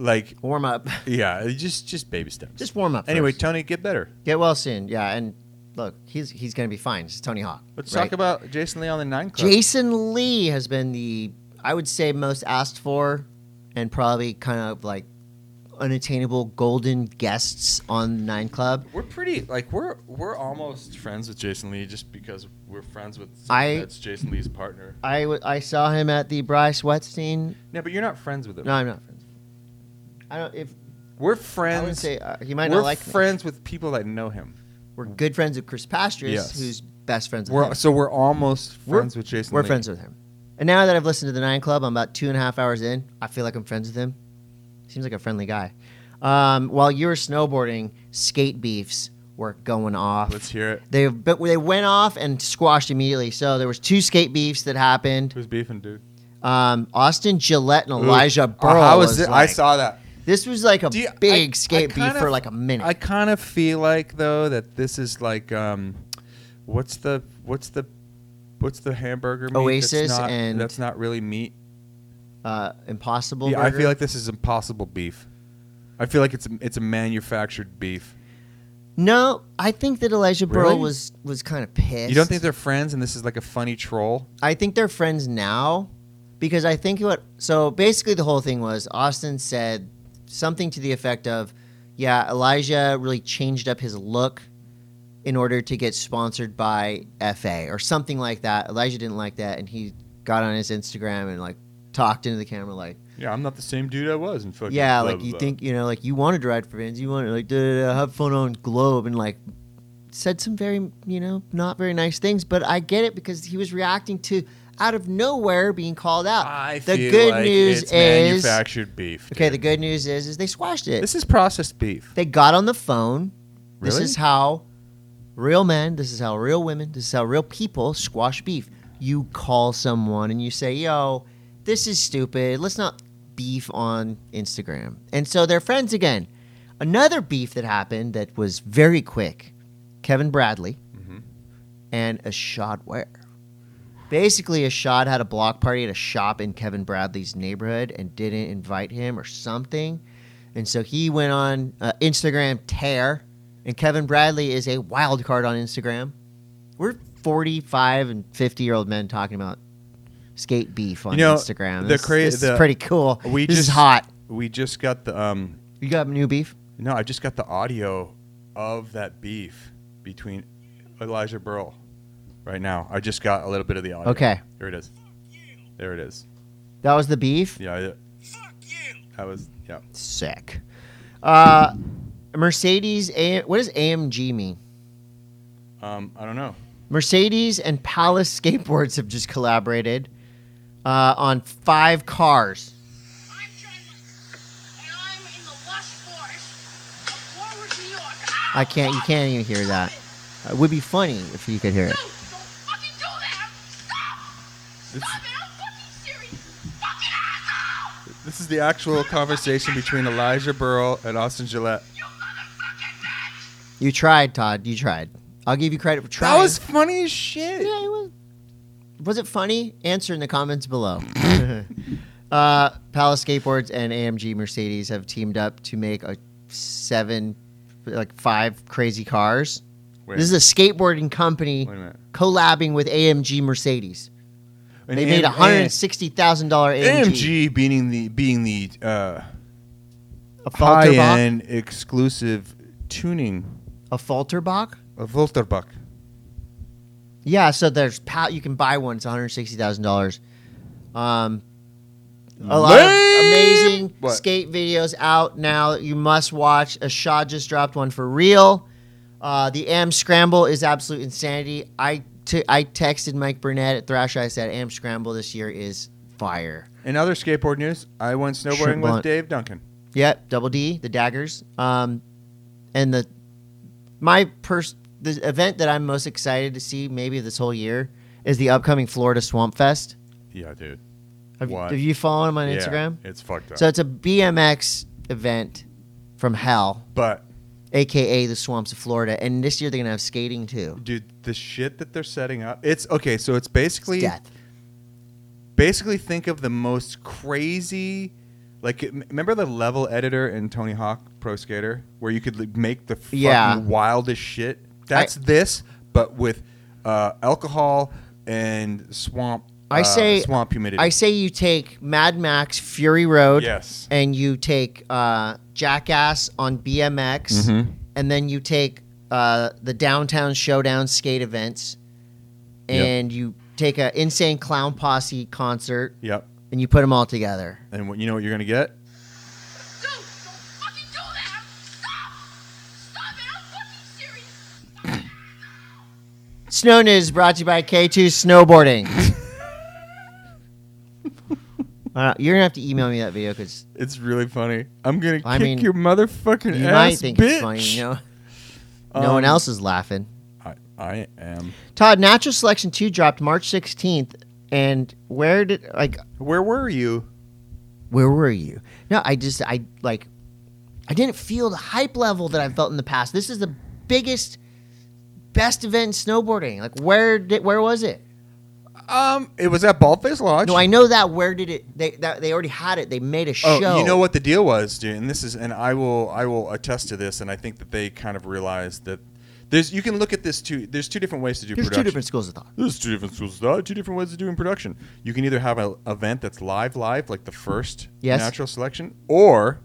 A: like,
B: warm up,
A: yeah, just just baby steps.
B: just warm up.
A: anyway,
B: first.
A: Tony, get better.
B: Get well soon. Yeah, and look, he's he's gonna be fine. It's Tony Hawk.
A: Let's
B: right?
A: talk about Jason Lee on the nine club.
B: Jason Lee has been the I would say most asked for and probably kind of like unattainable golden guests on Nine Club.
A: We're pretty like we're we're almost friends with Jason Lee just because we're friends with
B: I-
A: that's Jason Lee's partner.
B: I, w- I saw him at the Bryce Wetstein.
A: No, but you're not friends with him.
B: No, I'm not friends. I don't if
A: We're
B: I would
A: friends.
B: say uh, he might
A: we're
B: not like me.
A: friends with people that know him.
B: We're good friends with Chris Pastures,
A: Yes.
B: who's best friends with
A: We're
B: him.
A: so we're almost
B: We're-
A: friends with Jason.
B: We're
A: Lee.
B: friends with him. And now that I've listened to the Nine Club, I'm about two and a half hours in. I feel like I'm friends with him. Seems like a friendly guy. Um, while you were snowboarding, skate beefs were going off.
A: Let's hear it.
B: They but they went off and squashed immediately. So there was two skate beefs that happened.
A: Who's beefing, dude?
B: Um, Austin Gillette and Elijah
A: Ooh. Uh,
B: Burrow.
A: How
B: was
A: is it? I
B: like-
A: saw that.
B: this was like a
A: Do you-
B: big
A: I-
B: skate
A: I
B: beef
A: kinda-
B: for like a minute.
A: I kind of feel like though that this is like um, what's the what's the what's the hamburger meat
B: Oasis
A: that's not,
B: and-
A: that's not really meat.
B: uh, impossible.
A: Yeah, I
B: Burger.
A: feel like this is impossible beef. I feel like it's a, it's a manufactured beef.
B: no. I think that Elijah Burrow
A: Really?
B: was was kind of pissed.
A: You don't think they're friends and this is like a funny troll?
B: I think they're friends now, because I think what so basically the whole thing was Austin said something to the effect of, "Yeah, Elijah really changed up his look in order to get sponsored by FA or something like that." Elijah didn't like that, and he got on his Instagram and like talked into the camera like,
A: Yeah, I'm not the same dude I was in fucking.
B: "Yeah,
A: blah,
B: like you
A: blah,
B: think you know, like you wanted to ride for Vans, you wanted like to have fun on Globe and like." Said some very, you know, not very nice things, but I get it because he was reacting to out of nowhere being called out.
A: blah. I
B: the
A: feel
B: good
A: like
B: news
A: it's
B: is
A: manufactured beef.
B: Okay,
A: dude.
B: the good news is is they squashed it.
A: this is processed beef.
B: they got on the phone. This
A: Really?
B: is how real men, this is how real women, this is how real people squash beef. You call someone and you say, "Yo, this is stupid. Let's not beef on Instagram." And so they're friends again. Another beef that happened that was very quick. Kevin Bradley and Ashad Ware. Basically, Ashad had a block party at a shop in Kevin Bradley's neighborhood and didn't invite him or something. And so he went on uh, Instagram tear. And Kevin Bradley is a wild card on Instagram. We're 45 and 50 year old men talking about skate beef on
A: You know,
B: Instagram.
A: the
B: This,
A: cra-
B: this
A: the-
B: is pretty cool.
A: we
B: this
A: just-
B: is hot.
A: We just got the um.
B: You got new beef?
A: No, I just got the audio of that beef between Elijah Burl right now. I just got a little bit of the audio.
B: Okay.
A: Here it is. There it is.
B: That was the beef?
A: Yeah. I, That was yeah.
B: Sick. Uh, Mercedes, A- what does AMG mean?
A: Um, I don't know.
B: Mercedes and Palace Skateboards have just collaborated uh, on five cars.
E: I'm Jamie, and I'm in the West Forest of Warwick, New York. Ah,
B: I can't. You
E: fuck!
B: can't even hear that. Uh, It would be funny if you could hear
E: No,
B: it.
E: don't fucking do that! Stop! Stop it! I'm fucking serious! Fucking asshole!
A: This is the actual conversation between Elijah Burl and Austin Gillette.
E: You motherfucking bitch!
B: You tried, Todd. You tried. I'll give you credit for trying.
A: That was funny as shit.
B: Yeah, it was. Was it funny? Answer in the comments below. uh, Palace Skateboards and AMG Mercedes have teamed up to make a seven, like five crazy cars.
A: Wait,
B: This is a skateboarding company
A: wait a minute.
B: collabing with AMG Mercedes.
A: And
B: They
A: AM
B: made a hundred sixty thousand dollar AMG,
A: AMG being the being the uh,
B: a Falterbach,
A: high-end exclusive tuning
B: a Falterbach.
A: of Volterbach.
B: Yeah, so there's pal. You can buy one. It's one hundred sixty thousand dollars. Um, a lot of
A: Lame-
B: amazing
A: What?
B: skate videos out now. that You must watch. Ashad just dropped one for real. Uh, the Am Scramble is absolute insanity. I t- I texted Mike Burnett at Thrash. I said Am Scramble this year is fire.
A: In other skateboard news, I went snowboarding with
B: blunt.
A: Dave Duncan.
B: Yep, double D, the daggers. Um, and the my pers- the event that I'm most excited to see maybe this whole year is the upcoming Florida Swamp Fest.
A: Yeah, dude.
B: Have, you,
A: What?
B: have you followed him on
A: Yeah,
B: Instagram?
A: It's fucked up.
B: So it's a BMX event from hell,
A: but
B: aka the swamps of Florida. And this year they're gonna have skating too.
A: dude, the shit that they're setting up. It's okay. So it's basically
B: Death.
A: basically think of the most crazy like m- remember the level editor in Tony Hawk Pro Skater where you could like, make the fucking
B: Yeah.
A: wildest shit that's this but with uh, alcohol and swamp
B: I
A: uh,
B: say
A: swamp humidity
B: I say you take Mad Max Fury Road.
A: Yes.
B: And you take uh, Jackass on BMX,
A: Mm-hmm.
B: and then you take uh, the Downtown Showdown skate events,
A: Yep.
B: and you take a Insane Clown Posse concert,
A: yep
B: and you put them all together.
A: and what, you know what you're gonna get
E: Dude, don't fucking do that! Stop! Stop it! I'm fucking serious!
B: Snow News brought to you by K2 Snowboarding. Uh, you're gonna have to email me that video because
A: it's really funny I'm gonna
B: I
A: kick
B: mean,
A: your motherfucking
B: you
A: ass
B: might think
A: bitch
B: it's funny. You know, no one
A: Um,
B: else is laughing.
A: I, I am
B: Todd, Natural Selection 2 dropped March 16th. And where did, like,
A: where were you
B: where were you? No, I just, I, like, I didn't feel the hype level that I felt in the past. This is the biggest, best event in snowboarding. Like, where did, where was it?
A: um it was at Baldface Lodge
B: No, I know that. Where did it, they, that, they already had it. They made a
A: Oh,
B: show.
A: you know what the deal was, dude, and this is, and I will, I will attest to this, and I think that they kind of realized that There's you can look at this two. There's two different ways to do
B: There's
A: production.
B: two different schools of thought.
A: There's two different schools of thought, two different ways of doing production. You can either have an event that's live, live, like the first
B: Yes.
A: natural selection, or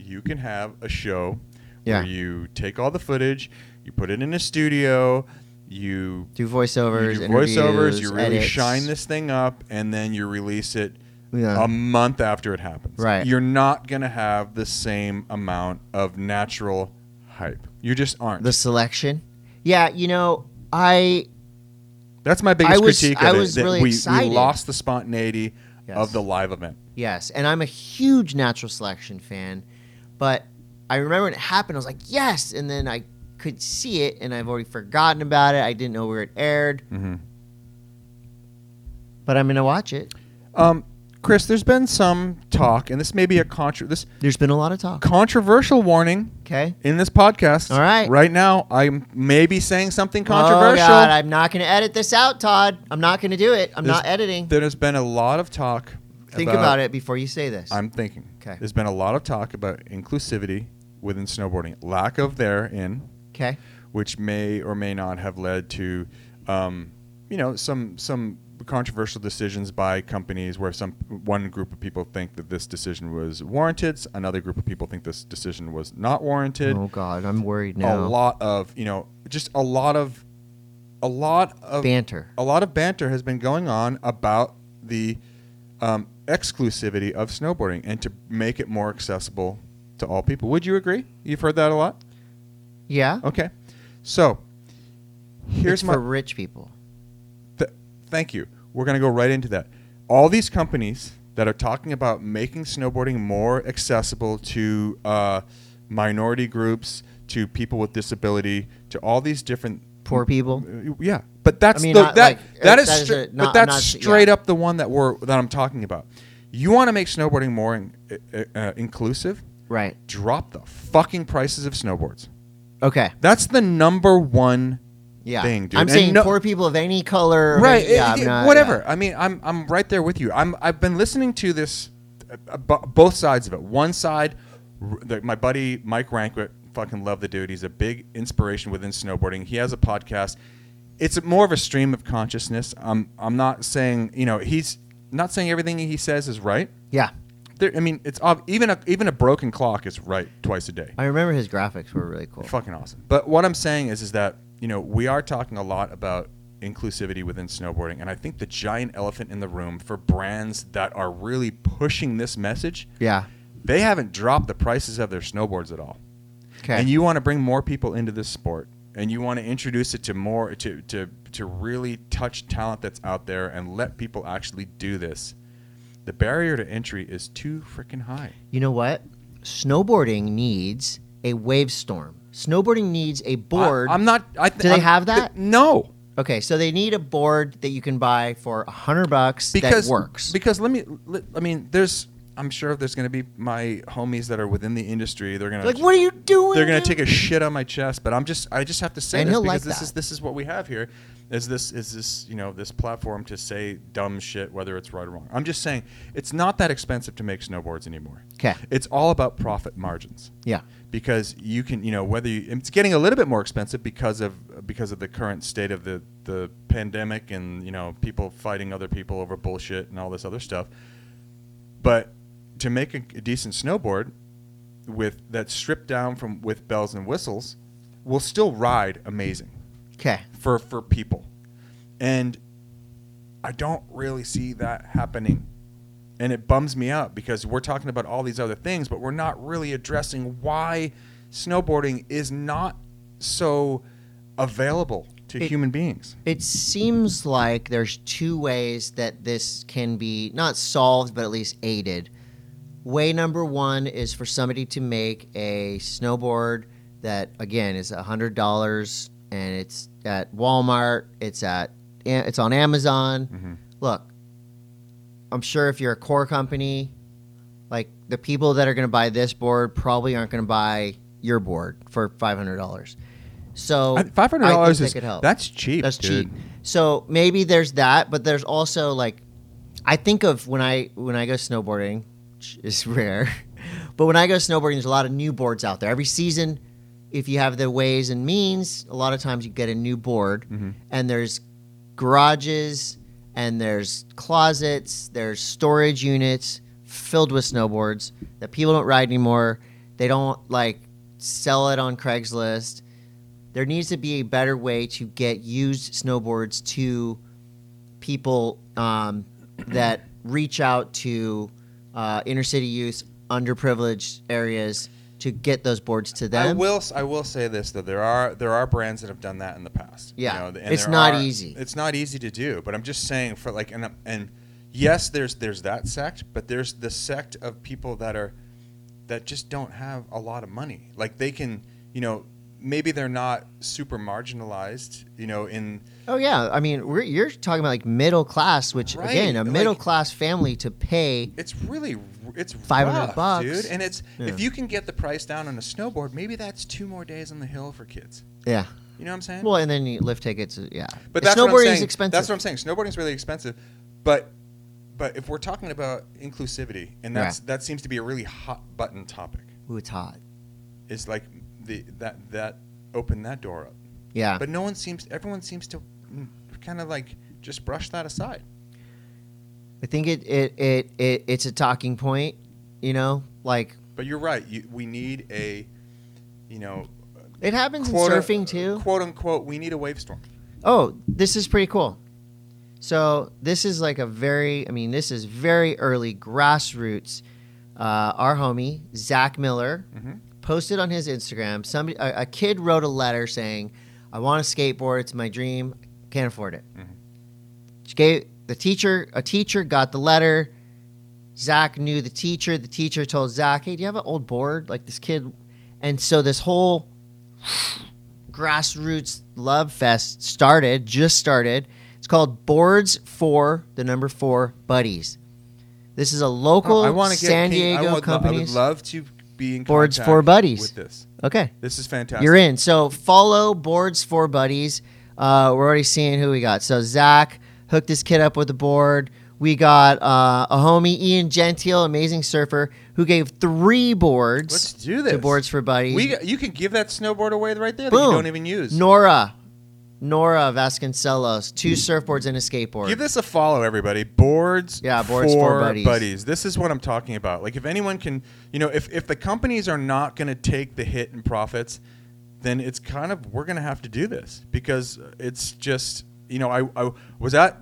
A: you can have a show
B: Yeah.
A: where you take all the footage, you put it in a studio, you,
B: Do
A: you
B: voiceovers,
A: do voiceovers,
B: interviews,
A: you really
B: edits.
A: shine this thing up, and then you release it
B: Yeah.
A: a month after it happens.
B: Right.
A: You're not going to have the same amount of natural hype. You just aren't.
B: the selection. Yeah, you know, I
A: That's my biggest
B: I was-
A: critique of
B: I
A: it,
B: was
A: that
B: really
A: we, we
B: excited.
A: lost the spontaneity
B: Yes.
A: of the live event.
B: yes, and I'm a huge natural selection fan, but I remember when it happened, I was like, yes, and then I could see it, and I've already forgotten about it. I didn't know where it aired,
A: Mm-hmm.
B: but I'm gonna watch it.
A: Um, Chris, there's been some talk, and this may be a contra- this
B: There's been a lot of talk.
A: controversial warning
B: Okay.
A: in this podcast.
B: All right.
A: right now I'm maybe saying something
B: Oh
A: controversial.
B: God, I'm not gonna edit this out, Todd. I'm not gonna do it. I'm
A: There's-
B: not editing.
A: There's been a lot of talk.
B: Think about, it before you say this.
A: I'm thinking.
B: Okay.
A: There's been a lot of talk about inclusivity within snowboarding, lack of therein,
B: okay.
A: which may or may not have led to, um, you know, some some controversial decisions by companies where some one group of people think that this decision was warranted, s- another group of people think this decision was not warranted.
B: Oh God, I'm worried now.
A: A lot of you know, just a lot of a lot of
B: banter.
A: a lot of banter has been going on about the um, exclusivity of snowboarding and to make it more accessible to all people. Would you agree? You've heard that a lot.
B: Yeah.
A: Okay. So here's
B: It's
A: my.
B: for rich people.
A: th- thank you. We're going to go right into that. All these companies that are talking about making snowboarding more accessible to uh, minority groups, to people with disability, to all these different
B: Poor people.
A: Uh, Yeah, but that's
B: I mean,
A: the,
B: not
A: that
B: like-
A: that
B: uh,
A: is,
B: that is
A: stra-
B: a- not-
A: but that's
B: not-
A: straight
B: yeah.
A: up the one that we're that I'm talking about. You want to make snowboarding more in, uh, uh, inclusive?
B: Right.
A: Drop the fucking prices of snowboards.
B: Okay.
A: That's the number one
B: Yeah.
A: thing, dude.
B: I'm
A: And
B: saying
A: no-
B: poor people of any color. of
A: right?
B: any- yeah,
A: it-
B: I'm
A: it-
B: not-
A: whatever. I mean, I'm I'm right there with you. I'm I've been listening to this, uh, uh, bo- both sides of it. One side, r- the, my buddy Mike Rankwit, fucking love the dude. He's a big inspiration within snowboarding. He has a podcast. It's more of a stream of consciousness. I'm I'm not saying you know he's not saying everything he says is right.
B: Yeah. yeah.
A: There, I mean, it's ob- even a even a broken clock is right twice a day
B: I remember his graphics were really cool.
A: fucking awesome. But what I'm saying is, is that you know we are talking a lot about inclusivity within snowboarding, and I think the giant elephant in the room for brands that are really pushing this message,
B: Yeah.
A: they haven't dropped the prices of their snowboards at all.
B: Okay.
A: And you want to bring more people into this sport, and you want to introduce it to more to to to really touch talent that's out there and let people actually do this. The barrier to entry is too freaking high.
B: You know what? Snowboarding needs a wave storm. Snowboarding needs a board.
A: I, am not. I th-
B: Do they
A: I'm-
B: have that?
A: no.
B: okay, so they need a board that you can buy for a hundred bucks
A: because
B: that works.
A: Because let me, let, I mean, there's, I'm sure there's going to be my homies that are within the industry. They're going to
B: like, what are you doing?
A: they're going to
B: dude?
A: take a shit on my chest, but I'm just, I just have to say
B: And
A: this
B: he'll
A: because
B: like
A: this
B: that.
A: is this is what we have here. Is this is this you know this platform to say dumb shit whether it's right or wrong? I'm just saying it's not that expensive to make snowboards anymore.
B: 'Kay.
A: it's all about profit margins
B: Yeah.
A: because you can you know whether you, it's getting a little bit more expensive because of because of the current state of the the pandemic and you know people fighting other people over bullshit and all this other stuff but to make a, a decent snowboard with that's stripped down from with bells and whistles will still ride amazing
B: Okay.
A: for for people and i don't really see that happening and it bums me out because we're talking about all these other things but we're not really addressing why snowboarding is not so available to
B: It-
A: human beings
B: It seems like there's two ways that this can be not solved, but at least aided. Way number one is for somebody to make a snowboard that, again, is $100 and it's at Walmart, it's at it's on Amazon. Look, I'm sure if you're a core company, like the people that are going to buy this board probably aren't going to buy your board for $500. So
A: I- $500
B: I think that
A: is
B: could help.
A: that's cheap
B: That's
A: dude.
B: cheap. So maybe there's that, but there's also like, I think of when I when I go snowboarding, which is rare, but when I go snowboarding, there's a lot of new boards out there. Every season, if you have the ways and means, a lot of times you get a new board,
A: Mm-hmm.
B: and there's garages and there's closets, there's storage units filled with snowboards that people don't ride anymore. They don't like sell it on Craigslist. There needs to be a better way to get used snowboards to people um, that reach out to uh, inner city youth, underprivileged areas to get those boards to them.
A: I will. s- I will say this though. There are there are brands that have done that in the past.
B: Yeah.
A: th-
B: It's
A: there
B: not easy.
A: It's not easy to do. But I'm just saying for like and and yes, there's there's that sect, but there's the sect of people that are that just don't have a lot of money. Like they can, you know, maybe they're not super marginalized. You know, in
B: Oh yeah, I mean, we're, you're talking about like middle class, which
A: Right,
B: again, a
A: like-
B: middle class family to pay.
A: it's really it's
B: 500
A: rough,
B: bucks.
A: dude. And it's
B: Yeah.
A: if you can get the price down on a snowboard, maybe that's two more days on the hill for kids.
B: Yeah.
A: You know what I'm saying?
B: Well, and then you lift tickets. uh, Yeah.
A: But
B: The
A: that's
B: snowboarding
A: what I'm saying.
B: is expensive.
A: That's what I'm saying. Snowboarding's really expensive, but but if we're talking about inclusivity, and that's
B: Yeah.
A: that seems to be a really hot button topic,
B: Ooh, it's hot.
A: is like the that that open that door up.
B: Yeah.
A: But no one seems. Everyone seems to kind of like just brush that aside.
B: I think it, it it it it's a talking point. You know, like
A: But you're right. You, we need a, you know,
B: it happens in
A: quote-
B: surfing too.
A: Quote unquote. We need a wave storm.
B: Oh, this is pretty cool. So this is like a very, I mean, this is very early grassroots. Uh, our homie Zach Miller posted on his Instagram. Somebody, a, a kid wrote a letter saying, "I want a skateboard. It's my dream. Can't afford it." She gave the teacher. A teacher got the letter. Zach knew the teacher. The teacher told Zach, "Hey, do you have an old board like this kid?" And so this whole grassroots love fest started, just started. It's called Boards for the number four buddies. This is a local
A: Oh, I want to get
B: San
A: King- I
B: Diego
A: would, lo- I would
B: companies.
A: love to be in
B: Boards
A: contact
B: for buddies.
A: with this.
B: okay,
A: This is fantastic.
B: you're in. So follow Boards for buddies. Uh, we're already seeing who we got. So Zach hooked this kid up with a board. We got uh, a homie Ian Gentile, amazing surfer, who gave three boards.
A: Let's do
B: to
A: this.
B: Boards for buddies.
A: We you can give that snowboard away right there that
B: Boom.
A: you don't even use.
B: Nora, Nora Vasconcelos, two surfboards and a skateboard.
A: Give this a follow, everybody. Boards,
B: Yeah, boards for buddies.
A: This is what I'm talking about. Like, if anyone can, you know, if if the companies are not going to take the hit in profits, then it's kind of we're going to have to do this because it's just, you know, I, I was at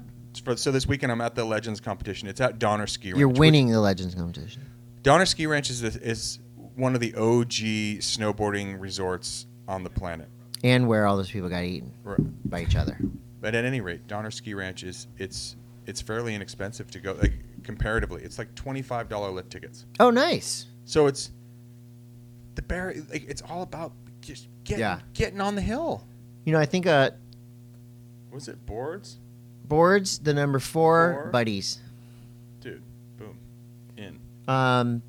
A: for, so this weekend I'm at the Legends competition. It's at Donner Ski Ranch.
B: You're
A: which-
B: winning the Legends competition.
A: Donner Ski Ranch is is one of the OG snowboarding resorts on the planet.
B: And where all those people got eaten
A: Right.
B: by each other.
A: But at any rate, Donner Ski Ranch is it's it's fairly inexpensive to go like comparatively. It's like twenty five dollar lift tickets.
B: Oh, nice.
A: So it's the bear. Like, it's all about just getting
B: Yeah.
A: getting on the hill.
B: You know, I think uh,
A: Was it boards,
B: boards the number four,
A: Four.
B: buddies.
A: dude? Boom, in.
B: Um,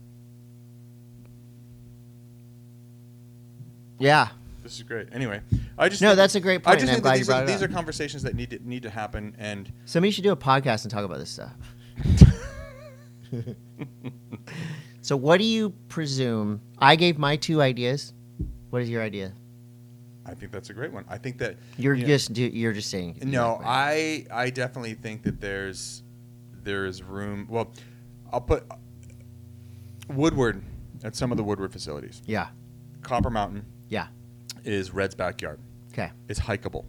B: yeah,
A: This is great. Anyway, I just
B: No,
A: think-
B: that's a great
A: I
B: point,
A: just
B: and I'm
A: think
B: glad
A: that
B: you
A: these,
B: brought
A: are,
B: it
A: these are
B: up.
A: conversations that need to need to happen, and
B: somebody should do a podcast and talk about this stuff. so, what do you presume? I gave my two ideas. What is your idea?
A: I think that's a great one. I think that
B: You're
A: you know-
B: just do, you're just saying
A: No, I I definitely think that there's there is room. Well, I'll put Woodward at some of the Woodward facilities.
B: yeah
A: Copper Mountain
B: yeah
A: is Red's backyard.
B: okay
A: It's hikeable.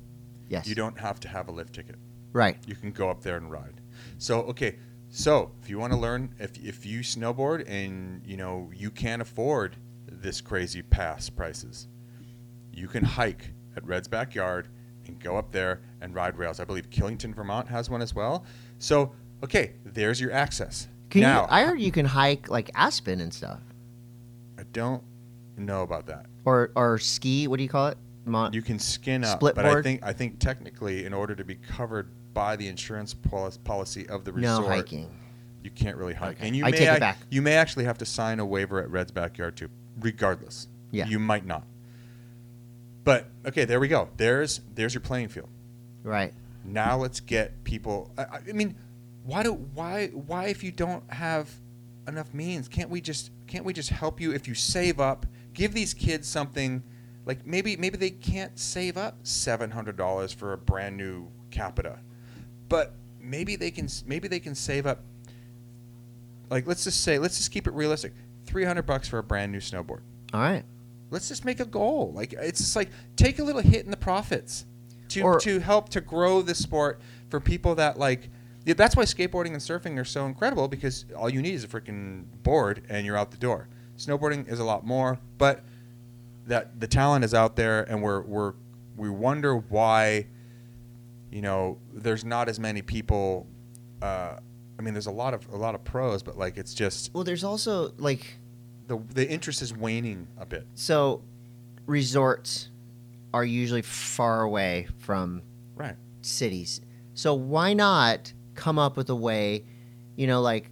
B: yes
A: You don't have to have a lift ticket.
B: right
A: You can go up there and ride. So okay, so if you want to learn, if if you snowboard and you know you can't afford this crazy pass prices, you can hike at Red's backyard and go up there and ride rails. I believe Killington, Vermont has one as well. So okay, there's your access.
B: Can
A: now
B: you, I heard you can hike like Aspen and stuff,
A: I don't know about that.
B: or or ski. What do you call it? Mon-
A: You can skin up,
B: Split
A: but I
B: board?
A: think I think technically, in order to be covered by the insurance poli- policy of the
B: no
A: resort,
B: hiking.
A: You can't really hike,
B: Okay.
A: and you
B: I
A: may
B: take it
A: ac-
B: back.
A: you may actually have to sign a waiver at Red's backyard too. Regardless,
B: Yeah.
A: you might not. But okay, there we go. There's there's your playing field.
B: Right.
A: Now let's get people. I, I- I mean, why do why why if you don't have enough means, can't we just can't we just help you if you save up, give these kids something Like maybe maybe they can't save up seven hundred dollars for a brand new capita, but maybe they can s- maybe they can save up. Like let's just say let's just keep it realistic, three hundred bucks for a brand new snowboard.
B: All right.
A: Let's just make a goal. Like it's just like take a little hit in the profits to
B: Or-
A: to help to grow the sport for people that like. yeah, That's why skateboarding and surfing are so incredible because all you need is a freaking board and you're out the door. Snowboarding is a lot more, but that the talent is out there, and we're we're we wonder why, you know, there's not as many people. Uh, I mean, there's a lot of a lot of pros, but like it's just
B: Well, there's also like
A: the the interest is waning a bit.
B: so resorts are usually far away from
A: Right.
B: cities. So why not come up with a way, you know, like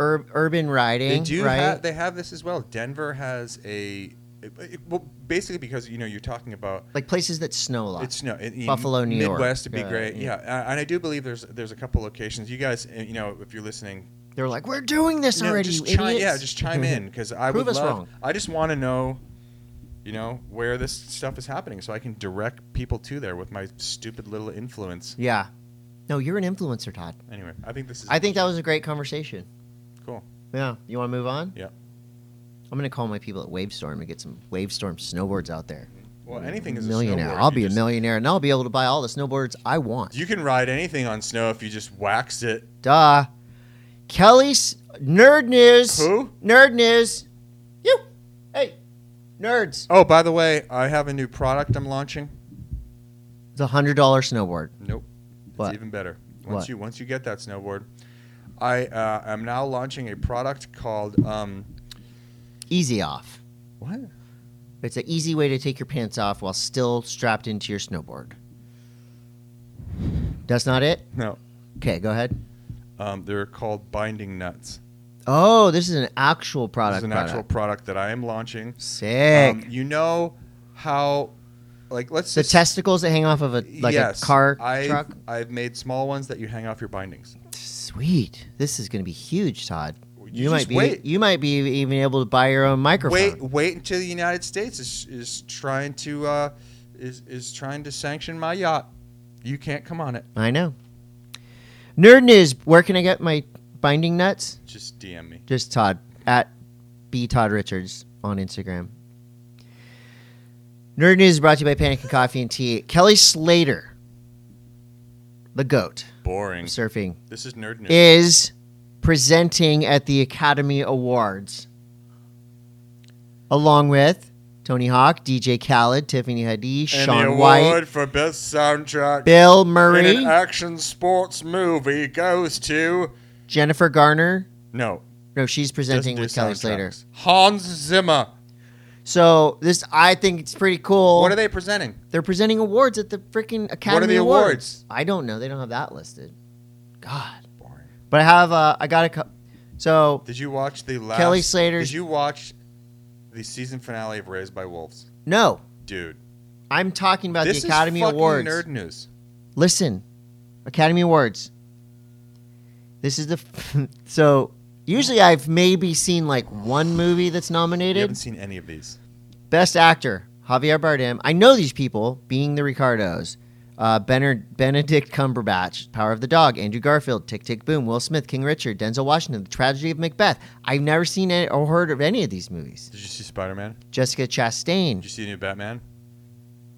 B: ur- urban riding,
A: They do.
B: right?
A: Have, they have this as well. Denver has a it- it- well, basically because you know you're talking about
B: like places that snow a lot.
A: it's no it,
B: Buffalo, New York.
A: Midwest would be
B: Yeah,
A: great.
B: yeah.
A: Yeah, Uh, and I do believe there's there's a couple locations. You guys, uh, you know, if you're listening,
B: They're like, we're doing this
A: no,
B: already,
A: just
B: you
A: chime,
B: idiots.
A: yeah, just chime in because I
B: Prove
A: would
B: us
A: love.
B: wrong.
A: I just want to know, you know, where this stuff is happening, so I can direct people to there with my stupid little influence.
B: yeah. No, you're an influencer, Todd.
A: Anyway, I think this is.
B: I think that was a great conversation.
A: cool.
B: Yeah. You want to move on?
A: Yeah.
B: I'm gonna call my people at Wavestorm and get some Wavestorm snowboards out there.
A: Well, anything is
B: millionaire.
A: A snowboard.
B: I'll
A: You
B: be a
A: just-
B: millionaire and I'll be able to buy all the snowboards I want.
A: You can ride anything on snow if you just wax it.
B: Duh. Kelly's nerd news.
A: Who?
B: Nerd news. You. Hey, nerds.
A: Oh, by the way, I have a new product I'm launching.
B: The hundred dollar snowboard.
A: Nope.
B: What?
A: It's even better. Once
B: What?
A: you once you get that snowboard, I uh, am now launching a product called um
B: Easy off.
A: what?
B: It's an easy way to take your pants off while still strapped into your snowboard. That's not it.
A: No.
B: Okay, go ahead.
A: Um, they're called binding nuts.
B: Oh, this is an actual product.
A: This is an
B: product.
A: actual product that I am launching.
B: Sick.
A: Um, you know how like let's
B: the
A: just-
B: testicles that hang off of a like
A: yes,
B: a car
A: I've,
B: truck.
A: I've made small ones that you hang off your bindings.
B: Sweet. This is going to be huge, Todd. You,
A: You
B: might
A: just
B: be
A: wait.
B: you might be even able to buy your own microphone.
A: Wait, wait until the United States is, is trying to uh, is is trying to sanction my yacht. You can't come on it.
B: I know. Nerd news. Where can I get my binding nuts?
A: Just DM me.
B: Just Todd at b Todd Richards on Instagram. Nerd news is brought to you by Panic and Coffee and Tea. Kelly Slater, the goat
A: Boring.
B: of surfing,
A: This is nerd news.
B: is presenting at the Academy Awards along with Tony Hawk, DJ Khaled, Tiffany Haddish,
A: and the
B: Sean
A: award
B: White,
A: for best soundtrack
B: Bill
A: in
B: Murray,
A: an action sports movie goes to
B: Jennifer Garner.
A: no.
B: No, she's
A: doesn't
B: presenting
A: do
B: with Kelly Slater.
A: soundtracks. Hans Zimmer.
B: So this, I think it's pretty cool.
A: What are they presenting?
B: They're presenting awards at the freaking Oh. Academy
A: the awards?
B: I don't know. They don't have that listed. God.
A: Boring.
B: But I have. Uh, I got a. Co- so
A: Did you watch the last
B: Kelly Slater's-
A: Did you watch the season finale of Raised by Wolves?
B: no,
A: Dude,
B: I'm talking about
A: this
B: the Academy
A: is fucking
B: Awards.
A: nerd news.
B: Listen, Academy Awards. This is the f- so usually I've maybe seen like one movie that's
A: You haven't
B: nominated.
A: seen any of these.
B: Best Actor Javier Bardem. I know these people, being the Ricardos, uh, Benner, Benedict Cumberbatch, Power of the Dog, Andrew Garfield, Tick Tick Boom, Will Smith, King Richard, Denzel Washington, The Tragedy of Macbeth. I've never seen any, or heard of any of these movies.
A: Did you see Spider Man?
B: Jessica Chastain.
A: Did you see the new Batman?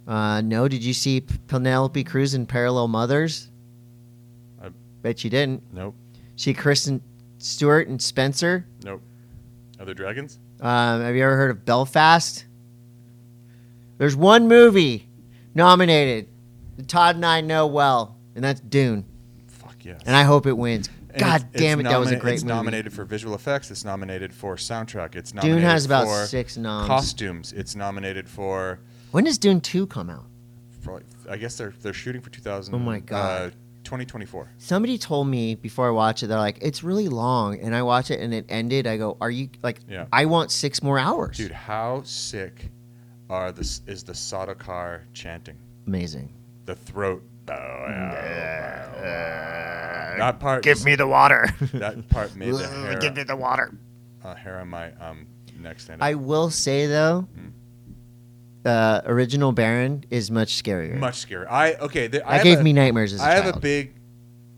B: Uh, no, did you see P- Penelope Cruz in Parallel Mothers?
A: I-
B: Bet you didn't.
A: Nope.
B: See Kristen Stewart and Spencer.
A: Nope. Are there dragons?
B: Um, have you ever heard of Belfast? There's one movie nominated that Todd and I know well, and that's Dune.
A: Fuck yes.
B: And I hope it wins.
A: And
B: God
A: it's-
B: damn it,
A: it's
B: that was a
A: nomina-
B: great
A: It's
B: movie.
A: nominated for visual effects. It's nominated for soundtrack. It's
B: Dune
A: nominated
B: has about
A: for
B: six noms.
A: costumes. It's nominated for,
B: When does Dune 2 come out?
A: for like, I guess they're they're shooting for 2000.
B: Oh my God.
A: Uh, 2024.
B: Somebody told me before I watch it, they're like, it's really long. And I watch it and it ended. I go, are you like,
A: Yeah.
B: I want six more hours.
A: Dude, how sick are this is the Sadokar chanting?
B: Amazing.
A: The throat. bow, bow, bow. That part. Give me the water. That part made the hair. Give me the water. Uh, hair on my um neck stand. up.
B: I will say though, uh, original Baron is much scarier.
A: Mm-hmm. Much scary. I okay. The, I
B: that
A: have
B: gave
A: a-
B: me nightmares as a
A: I have
B: child.
A: a big. Uh,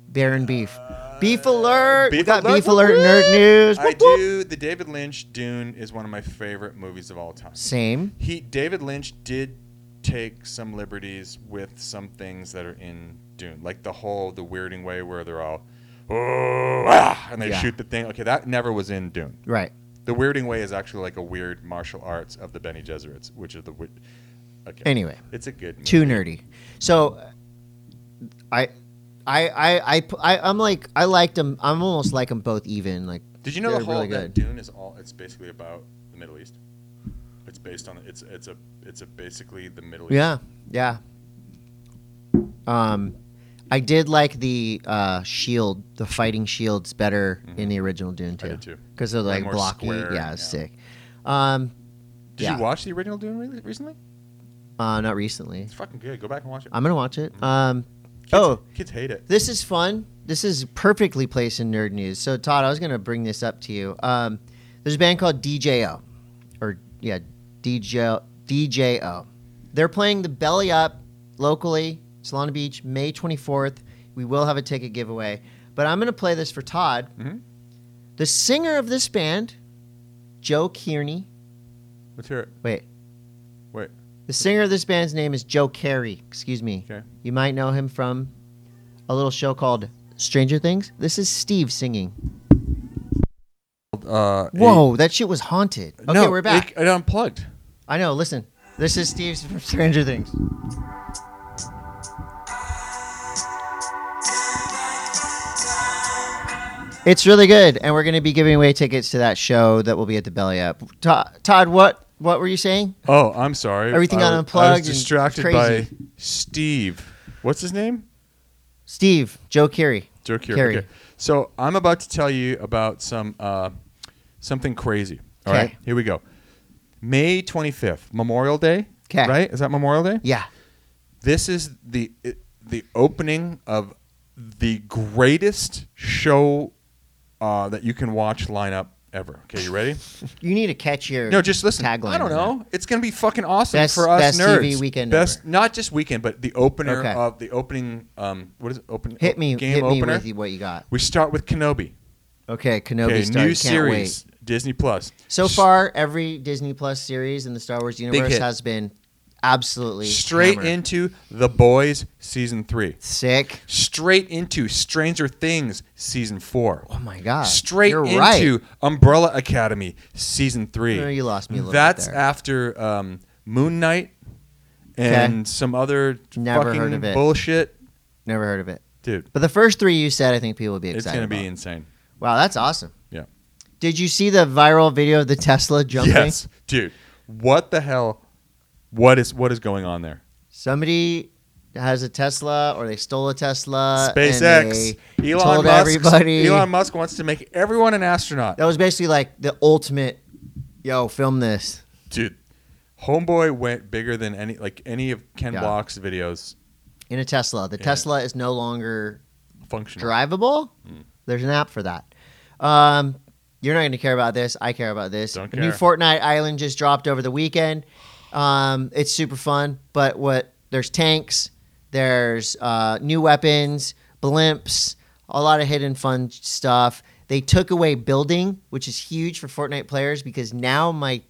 B: Baron beef. beef alert! we
A: beef
B: got
A: alert,
B: beef
A: whoop,
B: alert
A: whoop.
B: nerd news.
A: I
B: Whoop, whoop.
A: do. The David Lynch Dune is one of my favorite movies of all time.
B: Same.
A: He David Lynch did take some liberties with some things that are in Dune, like the whole the weirding way where they're all. "Oh, ah," and they
B: Yeah.
A: shoot the thing. Okay, that never was in Dune.
B: Right.
A: The weirding way is actually like a weird martial arts of the Bene Gesserits, which are the. wi- Okay.
B: Anyway,
A: It's a good. Movie.
B: too nerdy. So, I, I, I, I, pu- I I'm like I liked them. I'm almost like them both even. Like
A: Did you know
B: they're
A: the whole
B: really
A: that
B: good.
A: Dune is all? It's basically about the Middle East. It's based on it's it's a it's a basically the Middle East.
B: Yeah, yeah. Um, I did like the uh, shield, the fighting shields, better in the original Dune too.
A: Mm-hmm. did, too.
B: Because they're like
A: more
B: blocky.
A: square,
B: yeah, it's
A: yeah.
B: sick. Um,
A: Did
B: Yeah.
A: you watch the original Dune re- recently?
B: uh, not recently.
A: It's fucking good. Go back and watch it.
B: I'm gonna watch it. Um,
A: Mm-hmm. Kids,
B: oh,
A: kids hate it.
B: this is fun. This is perfectly placed in nerd news. So Todd, I was gonna bring this up to you. Um, there's a band called DJO, or yeah, DJ DJO. They're playing the Belly Up locally, Solana Beach, May 24th. We will have a ticket giveaway, but I'm gonna play this for Todd. The singer of this band, Joe Kearney.
A: Let's hear it.
B: Wait,
A: Wait.
B: the singer of this band's name is Joe Carey. Excuse me.
A: Okay.
B: You might know him from a little show called Stranger Things. This is Steve singing.
A: Uh,
B: Whoa, that shit was haunted. Okay,
A: no,
B: we're back.
A: It, it unplugged.
B: I know. Listen, this is Steve from Stranger Things. It's really good, and we're going to be giving away tickets to that show that will be at the Belly Up. To- Todd, what what were you saying?
A: Oh, I'm sorry.
B: Everything got
A: was- I
B: unplugged and
A: was distracted by
B: crazy.
A: Steve. What's his name?
B: Steve, Joe Carey.
A: Joe Keery.
B: Carey.
A: Okay. So I'm about to tell you about some uh, something crazy. All right,
B: Okay.
A: here we go. May 25th, Memorial Day.
B: 'Kay.
A: Right? Is that Memorial Day?
B: Yeah.
A: This is the it- the opening of the greatest show uh, that you can watch lineup ever. Okay, you ready?
B: You need to catch your
A: No, just listen.
B: Tagline
A: I don't
B: on that.
A: know. It's gonna be fucking awesome
B: Best-
A: for us
B: best
A: nerds.
B: TV weekend
A: best,
B: ever.
A: not just weekend, but the opener
B: Okay.
A: of the opening. Um, what is it? Open
B: Hit me,
A: game
B: hit me
A: opener.
B: with what you got.
A: we start with Kenobi.
B: Okay, Kenobi
A: Okay,
B: Star.
A: new
B: Can't
A: series, Disney Plus.
B: wait. So
A: S-
B: far, every Disney Plus series in the Star Wars universe
A: hit.
B: has been absolutely
A: straight
B: hammered.
A: into The Boys season three.
B: sick.
A: Straight into Stranger Things season four.
B: Oh my god!
A: Straight
B: You're
A: into
B: right.
A: Umbrella Academy season three.
B: No, you lost me a little bit
A: That's
B: there.
A: after um, Moon Knight and some other
B: Never
A: fucking
B: heard of it.
A: bullshit,
B: Never heard of it.
A: dude.
B: But the first three you said, I think people would be
A: It's
B: excited.
A: gonna be
B: about.
A: insane.
B: Wow, that's awesome.
A: Yeah.
B: Did you see the viral video of the Tesla jumping?
A: Yes, dude. What the hell? What is what is going on there?
B: Somebody has a Tesla, or they stole a Tesla. Uh, and
A: SpaceX.
B: they
A: Elon
B: told
A: Musk.
B: everybody.
A: Elon Musk wants to make everyone an astronaut.
B: That was basically like the ultimate. Yo, film this.
A: Dude, Homeboy went bigger than any like any of Ken
B: Yeah.
A: Block's videos.
B: in a Tesla. The
A: Yeah.
B: Tesla is no longer
A: Functional.
B: drivable.
A: Mm.
B: There's an app for that. Um, you're not going to care about this. I care about this.
A: Don't
B: The new
A: care.
B: Fortnite island just dropped over the weekend. Um, it's super fun, but what there's tanks, there's uh, new weapons, blimps, a lot of hidden fun stuff. They took away building, which is huge for Fortnite players because now my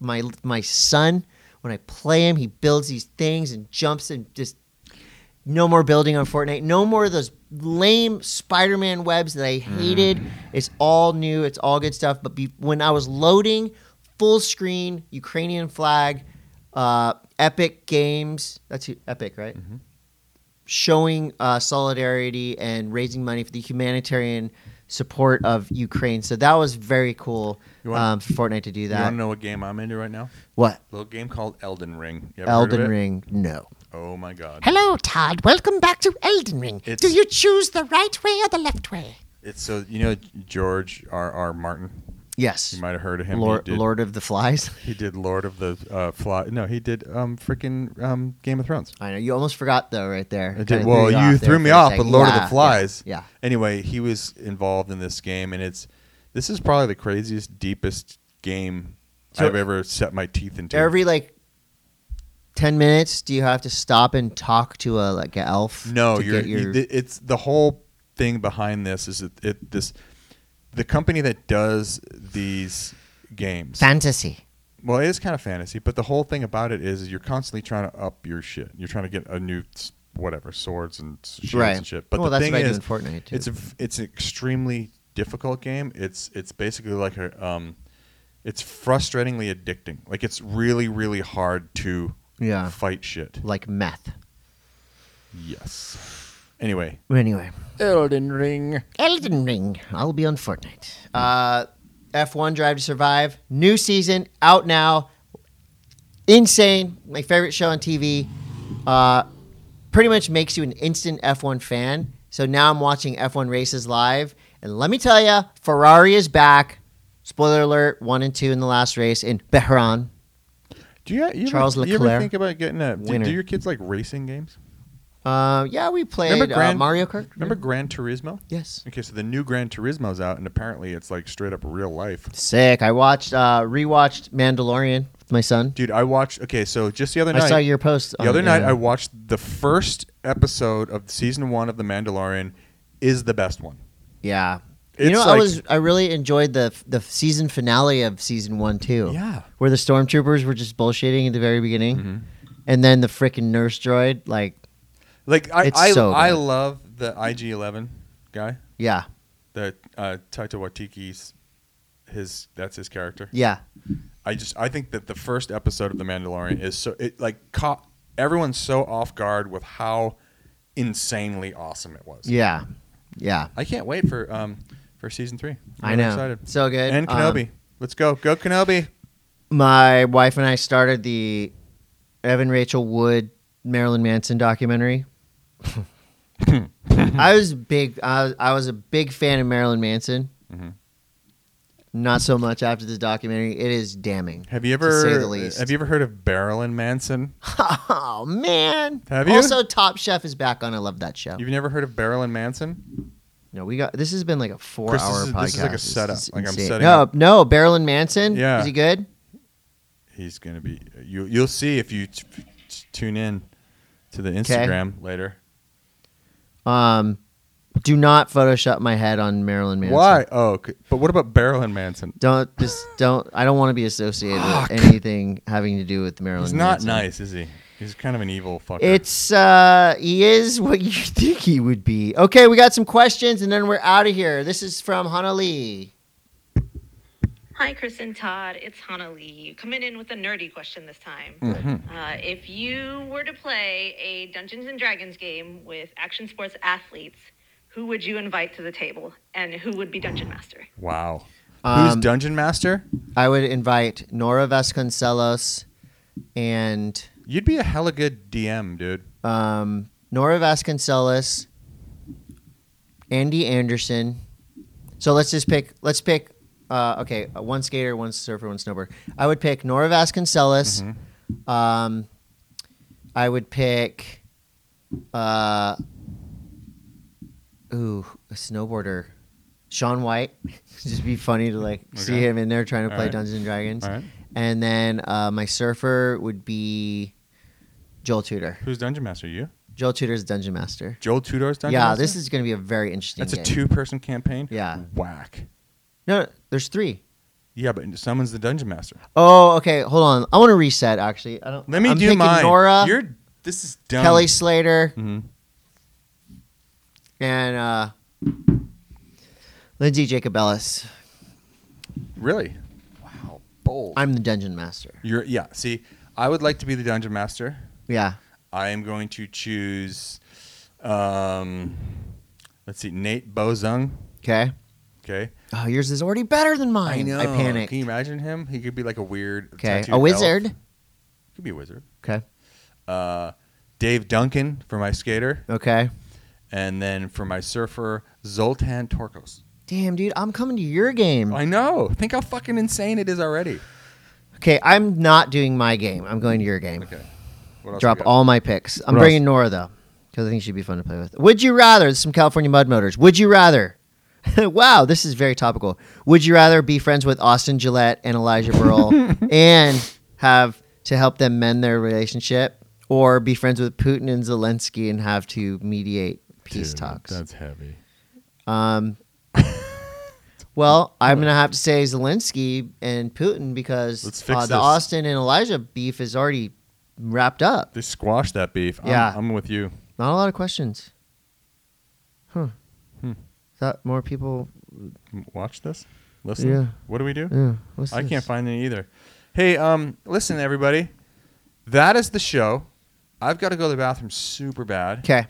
B: my my son, when I play him, he builds these things and jumps and just no more building on Fortnite. No more of those lame Spider-Man webs that I
A: Mm-hmm.
B: hated. It's all new. It's all good stuff. But be- when I was loading full screen Ukrainian flag, uh, Epic Games. That's who- Epic, right?
A: Mm-hmm.
B: Showing uh, solidarity and raising money for the humanitarian support of Ukraine. So that was very cool
A: You wanna-
B: um, for Fortnite to do
A: You want
B: that.
A: to know what game I'm into right now?
B: What?
A: A little game called Elden Ring. You ever heard of
B: Elden
A: it?
B: Ring? No.
A: Oh my god.
F: Hello, Todd. Welcome back to Elden Ring.
A: It's-
F: Do you choose the right way or the left way?
A: It's so you know George R. R. Martin.
B: Yes.
A: You might have heard of him.
B: Lord,
A: he, did,
B: Lord of the Flies.
A: he did Lord of the uh, Fly. No, he did um freaking um, Game of Thrones.
B: I know you almost forgot though, right there.
A: I
B: Kinda
A: did. Well,
B: off
A: you
B: there
A: threw
B: for
A: me
B: a
A: off
B: second.
A: with Lord of
B: Yeah,
A: the Flies.
B: Yeah,
A: Anyway, he was involved in this game, and it's this is probably the craziest, deepest game
B: So-
A: I've ever set my teeth into.
B: yeah. Every like ten minutes? Do you have to stop and talk to a like an elf?
A: No,
B: to
A: you're,
B: get
A: you-
B: your-
A: th- it's the whole thing behind this is it, it this the company that does these games.
B: fantasy.
A: well, it is kind of fantasy, but the whole thing about it is you're constantly trying to up your shit. You're trying to get a new s- whatever swords and s- shields
B: Right.
A: and shit. But
B: Well,
A: the
B: that's
A: thing
B: what I do
A: is,
B: in Fortnite, too.
A: it's a v- it's an extremely difficult game. It's it's basically like a um, it's frustratingly addicting. Like it's really really hard to
B: Yeah.
A: fight shit.
B: like meth.
A: Yes. Anyway,
B: Anyway,
A: Elden Ring.
B: Elden Ring. I'll be on Fortnite. Uh, F1 Drive to Survive. New season out now. Insane. My favorite show on TV. Uh, pretty much makes you an instant F1 fan. So now I'm watching F1 races live. And let me tell you, Ferrari is back. Spoiler alert, one and two in the last race in Bahrain.
A: Do you, you,
B: Charles
A: ever, you ever
B: Leclerc.
A: think about getting a? Do,
B: Winner.
A: do your kids like racing games?
B: Uh, yeah, we played
A: Remember
B: uh,
A: Grand-
B: Mario Kart.
A: Remember Gran Turismo?
B: Yes.
A: Okay, so the new Gran Turismo's out, and apparently it's like straight up real life.
B: Sick. I watched, uh, rewatched Mandalorian with my son.
A: Dude, I watched. Okay, so just the other night,
B: I saw your post.
A: the other
B: it,
A: night
B: yeah.
A: I watched the first episode of season one of The Mandalorian. Is the best one.
B: Yeah.
A: It's
B: you know, I
A: like-
B: was I really enjoyed the the season finale of season one too.
A: Yeah. Mm-hmm.
B: where the stormtroopers were just bullshitting at the very beginning, and then the frickin' nurse droid, like,
A: Like I,
B: It's
A: I,
B: so
A: I
B: good.
A: love the IG Eleven guy,
B: yeah,
A: the uh, Taika Waititi's. His that's his character.
B: yeah,
A: I just I think that the first episode of The Mandalorian is so it like caught everyone so off guard with how insanely awesome it was.
B: yeah, yeah.
A: I can't wait for um for season three.
B: I
A: really
B: know.
A: excited.
B: So good.
A: and
B: Um,
A: Kenobi. Let's go, go Kenobi.
B: my wife and I started the Evan Rachel Wood Marilyn Manson documentary. I was big. I, I was a big fan of Marilyn Manson. Not so much after this documentary. It is damning.
A: Have you
B: to
A: ever
B: say the least.
A: have you ever heard of Marilyn Manson?
B: Oh man!
A: Have you?
B: Also, Top Chef is back on. I love that show.
A: You've never heard of Marilyn Manson?
B: no, we got this. Has been like a
A: Chris, this
B: four-hour
A: is-
B: podcast.
A: this is like a setup.
B: is
A: Like, I'm
B: insane.
A: setting
B: No,
A: up-
B: no, Marilyn Manson.
A: Yeah.
B: is he good?
A: He's gonna be you. You'll see if you t- t- tune in to the Instagram later.
B: Um, do not Photoshop my head on Marilyn Manson.
A: Why? Oh, okay. but what about Marilyn Manson?
B: Don't just don't. I don't want to be associated with anything having to do with Marilyn.
A: He's not
B: Manson.
A: nice, is he? He's kind of an evil fucker.
B: It's uh, he is what you think he would be. Okay, we got some questions, and then we're out of here. This is from Hana Lee.
G: Hi, Chris and Todd. It's Hana Lee. Coming in with a nerdy question this time. Uh, if you were to play a Dungeons and Dragons game with action sports athletes, who would you invite to the table and who would be Dungeon Master?
A: Wow. Who's
B: Um,
A: Dungeon Master?
B: I would invite Nora Vasconcelos and
A: You'd be a hella good DM, dude.
B: um, Nora Vasconcelos, Andy Anderson. So let's just pick. Let's pick. Uh, okay, one skater, one surfer, one snowboarder. I would pick Nora Vasconcelos.
A: Mm-hmm.
B: Um, I would pick. Uh, ooh, a snowboarder, Sean White. just be funny to like see
A: Okay.
B: him in there trying to
A: All
B: play
A: right.
B: Dungeons and Dragons.
A: All right.
B: And then uh, my surfer would be Joel Tudor.
A: Who's Dungeon Master? You?
B: Joel Tudor's Dungeon Master.
A: Joel Tudor's Dungeon
B: yeah,
A: Master?
B: this is going to be a very interesting.
A: That's a
B: game.
A: two-person campaign.
B: Yeah.
A: Whack.
B: No, no, there's three.
A: Yeah, but someone's the Dungeon Master.
B: Oh, okay. Hold on. I want to reset. Actually, I don't.
A: Let me
B: I'm
A: do
B: thinking
A: mine.
B: Nora,
A: You're. This is dumb.
B: Kelly Slater,
A: Mhm.
B: and uh, Lindsay Jacobellis.
A: Really? Wow. Bold.
B: I'm the Dungeon Master.
A: You're. Yeah. See, I would like to be the Dungeon Master.
B: Yeah.
A: I am going to choose. Um, let's see, Nate Bozung.
B: Okay.
A: Okay.
B: Oh, yours is already better than mine. I panicked.
A: Can you imagine him? He could be like a weird.
B: Okay.
A: tattooed
B: A
A: elf.
B: wizard.
A: Could be a wizard.
B: Okay.
A: Uh, Dave Duncan for my skater,
B: Okay.
A: and then for my surfer, Zoltan Torkos.
B: Damn, dude, I'm coming to your game.
A: I know. Think how fucking insane it is already.
B: Okay, I'm not doing my game. I'm going to your game.
A: Okay. What else
B: drop
A: we got?
B: all my picks. I'm
A: What else?
B: bringing Nora though, because I think she'd be fun to play with. Would you rather? This is some California Mud Motors. Would you rather? wow, this is very topical. Would you rather be friends with Austin Gillette and Elijah Burl and have to help them mend their relationship or be friends with Putin and Zelensky and have to mediate peace
A: Dude,
B: talks. Um,
A: That's heavy.
B: Well, I'm gonna have to say Zelensky and Putin because
A: Let's fix
B: uh, the
A: this.
B: Austin and Elijah beef is already wrapped up.
A: They squash that beef. I'm-
B: Yeah.
A: I'm, with you.
B: Not a lot of questions. Huh.
A: Hmm.
B: Thought more people.
A: Watch this. Listen.
B: Yeah.
A: What do we do?
B: Yeah, what's
A: I
B: this?
A: can't find it either. Hey, um, listen, everybody. That is the show. I've got to go to the bathroom super bad.
B: Okay.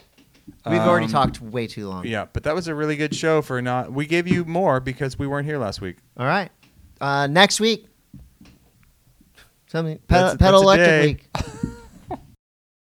B: We've already
A: Um,
B: talked way too long.
A: Yeah, but that was a really good show for not. We gave you more because we weren't here last week.
B: All right. Uh, next week. Something.
A: That's-
B: Pedal, pedal
A: that's a
B: electric
A: day.
B: week.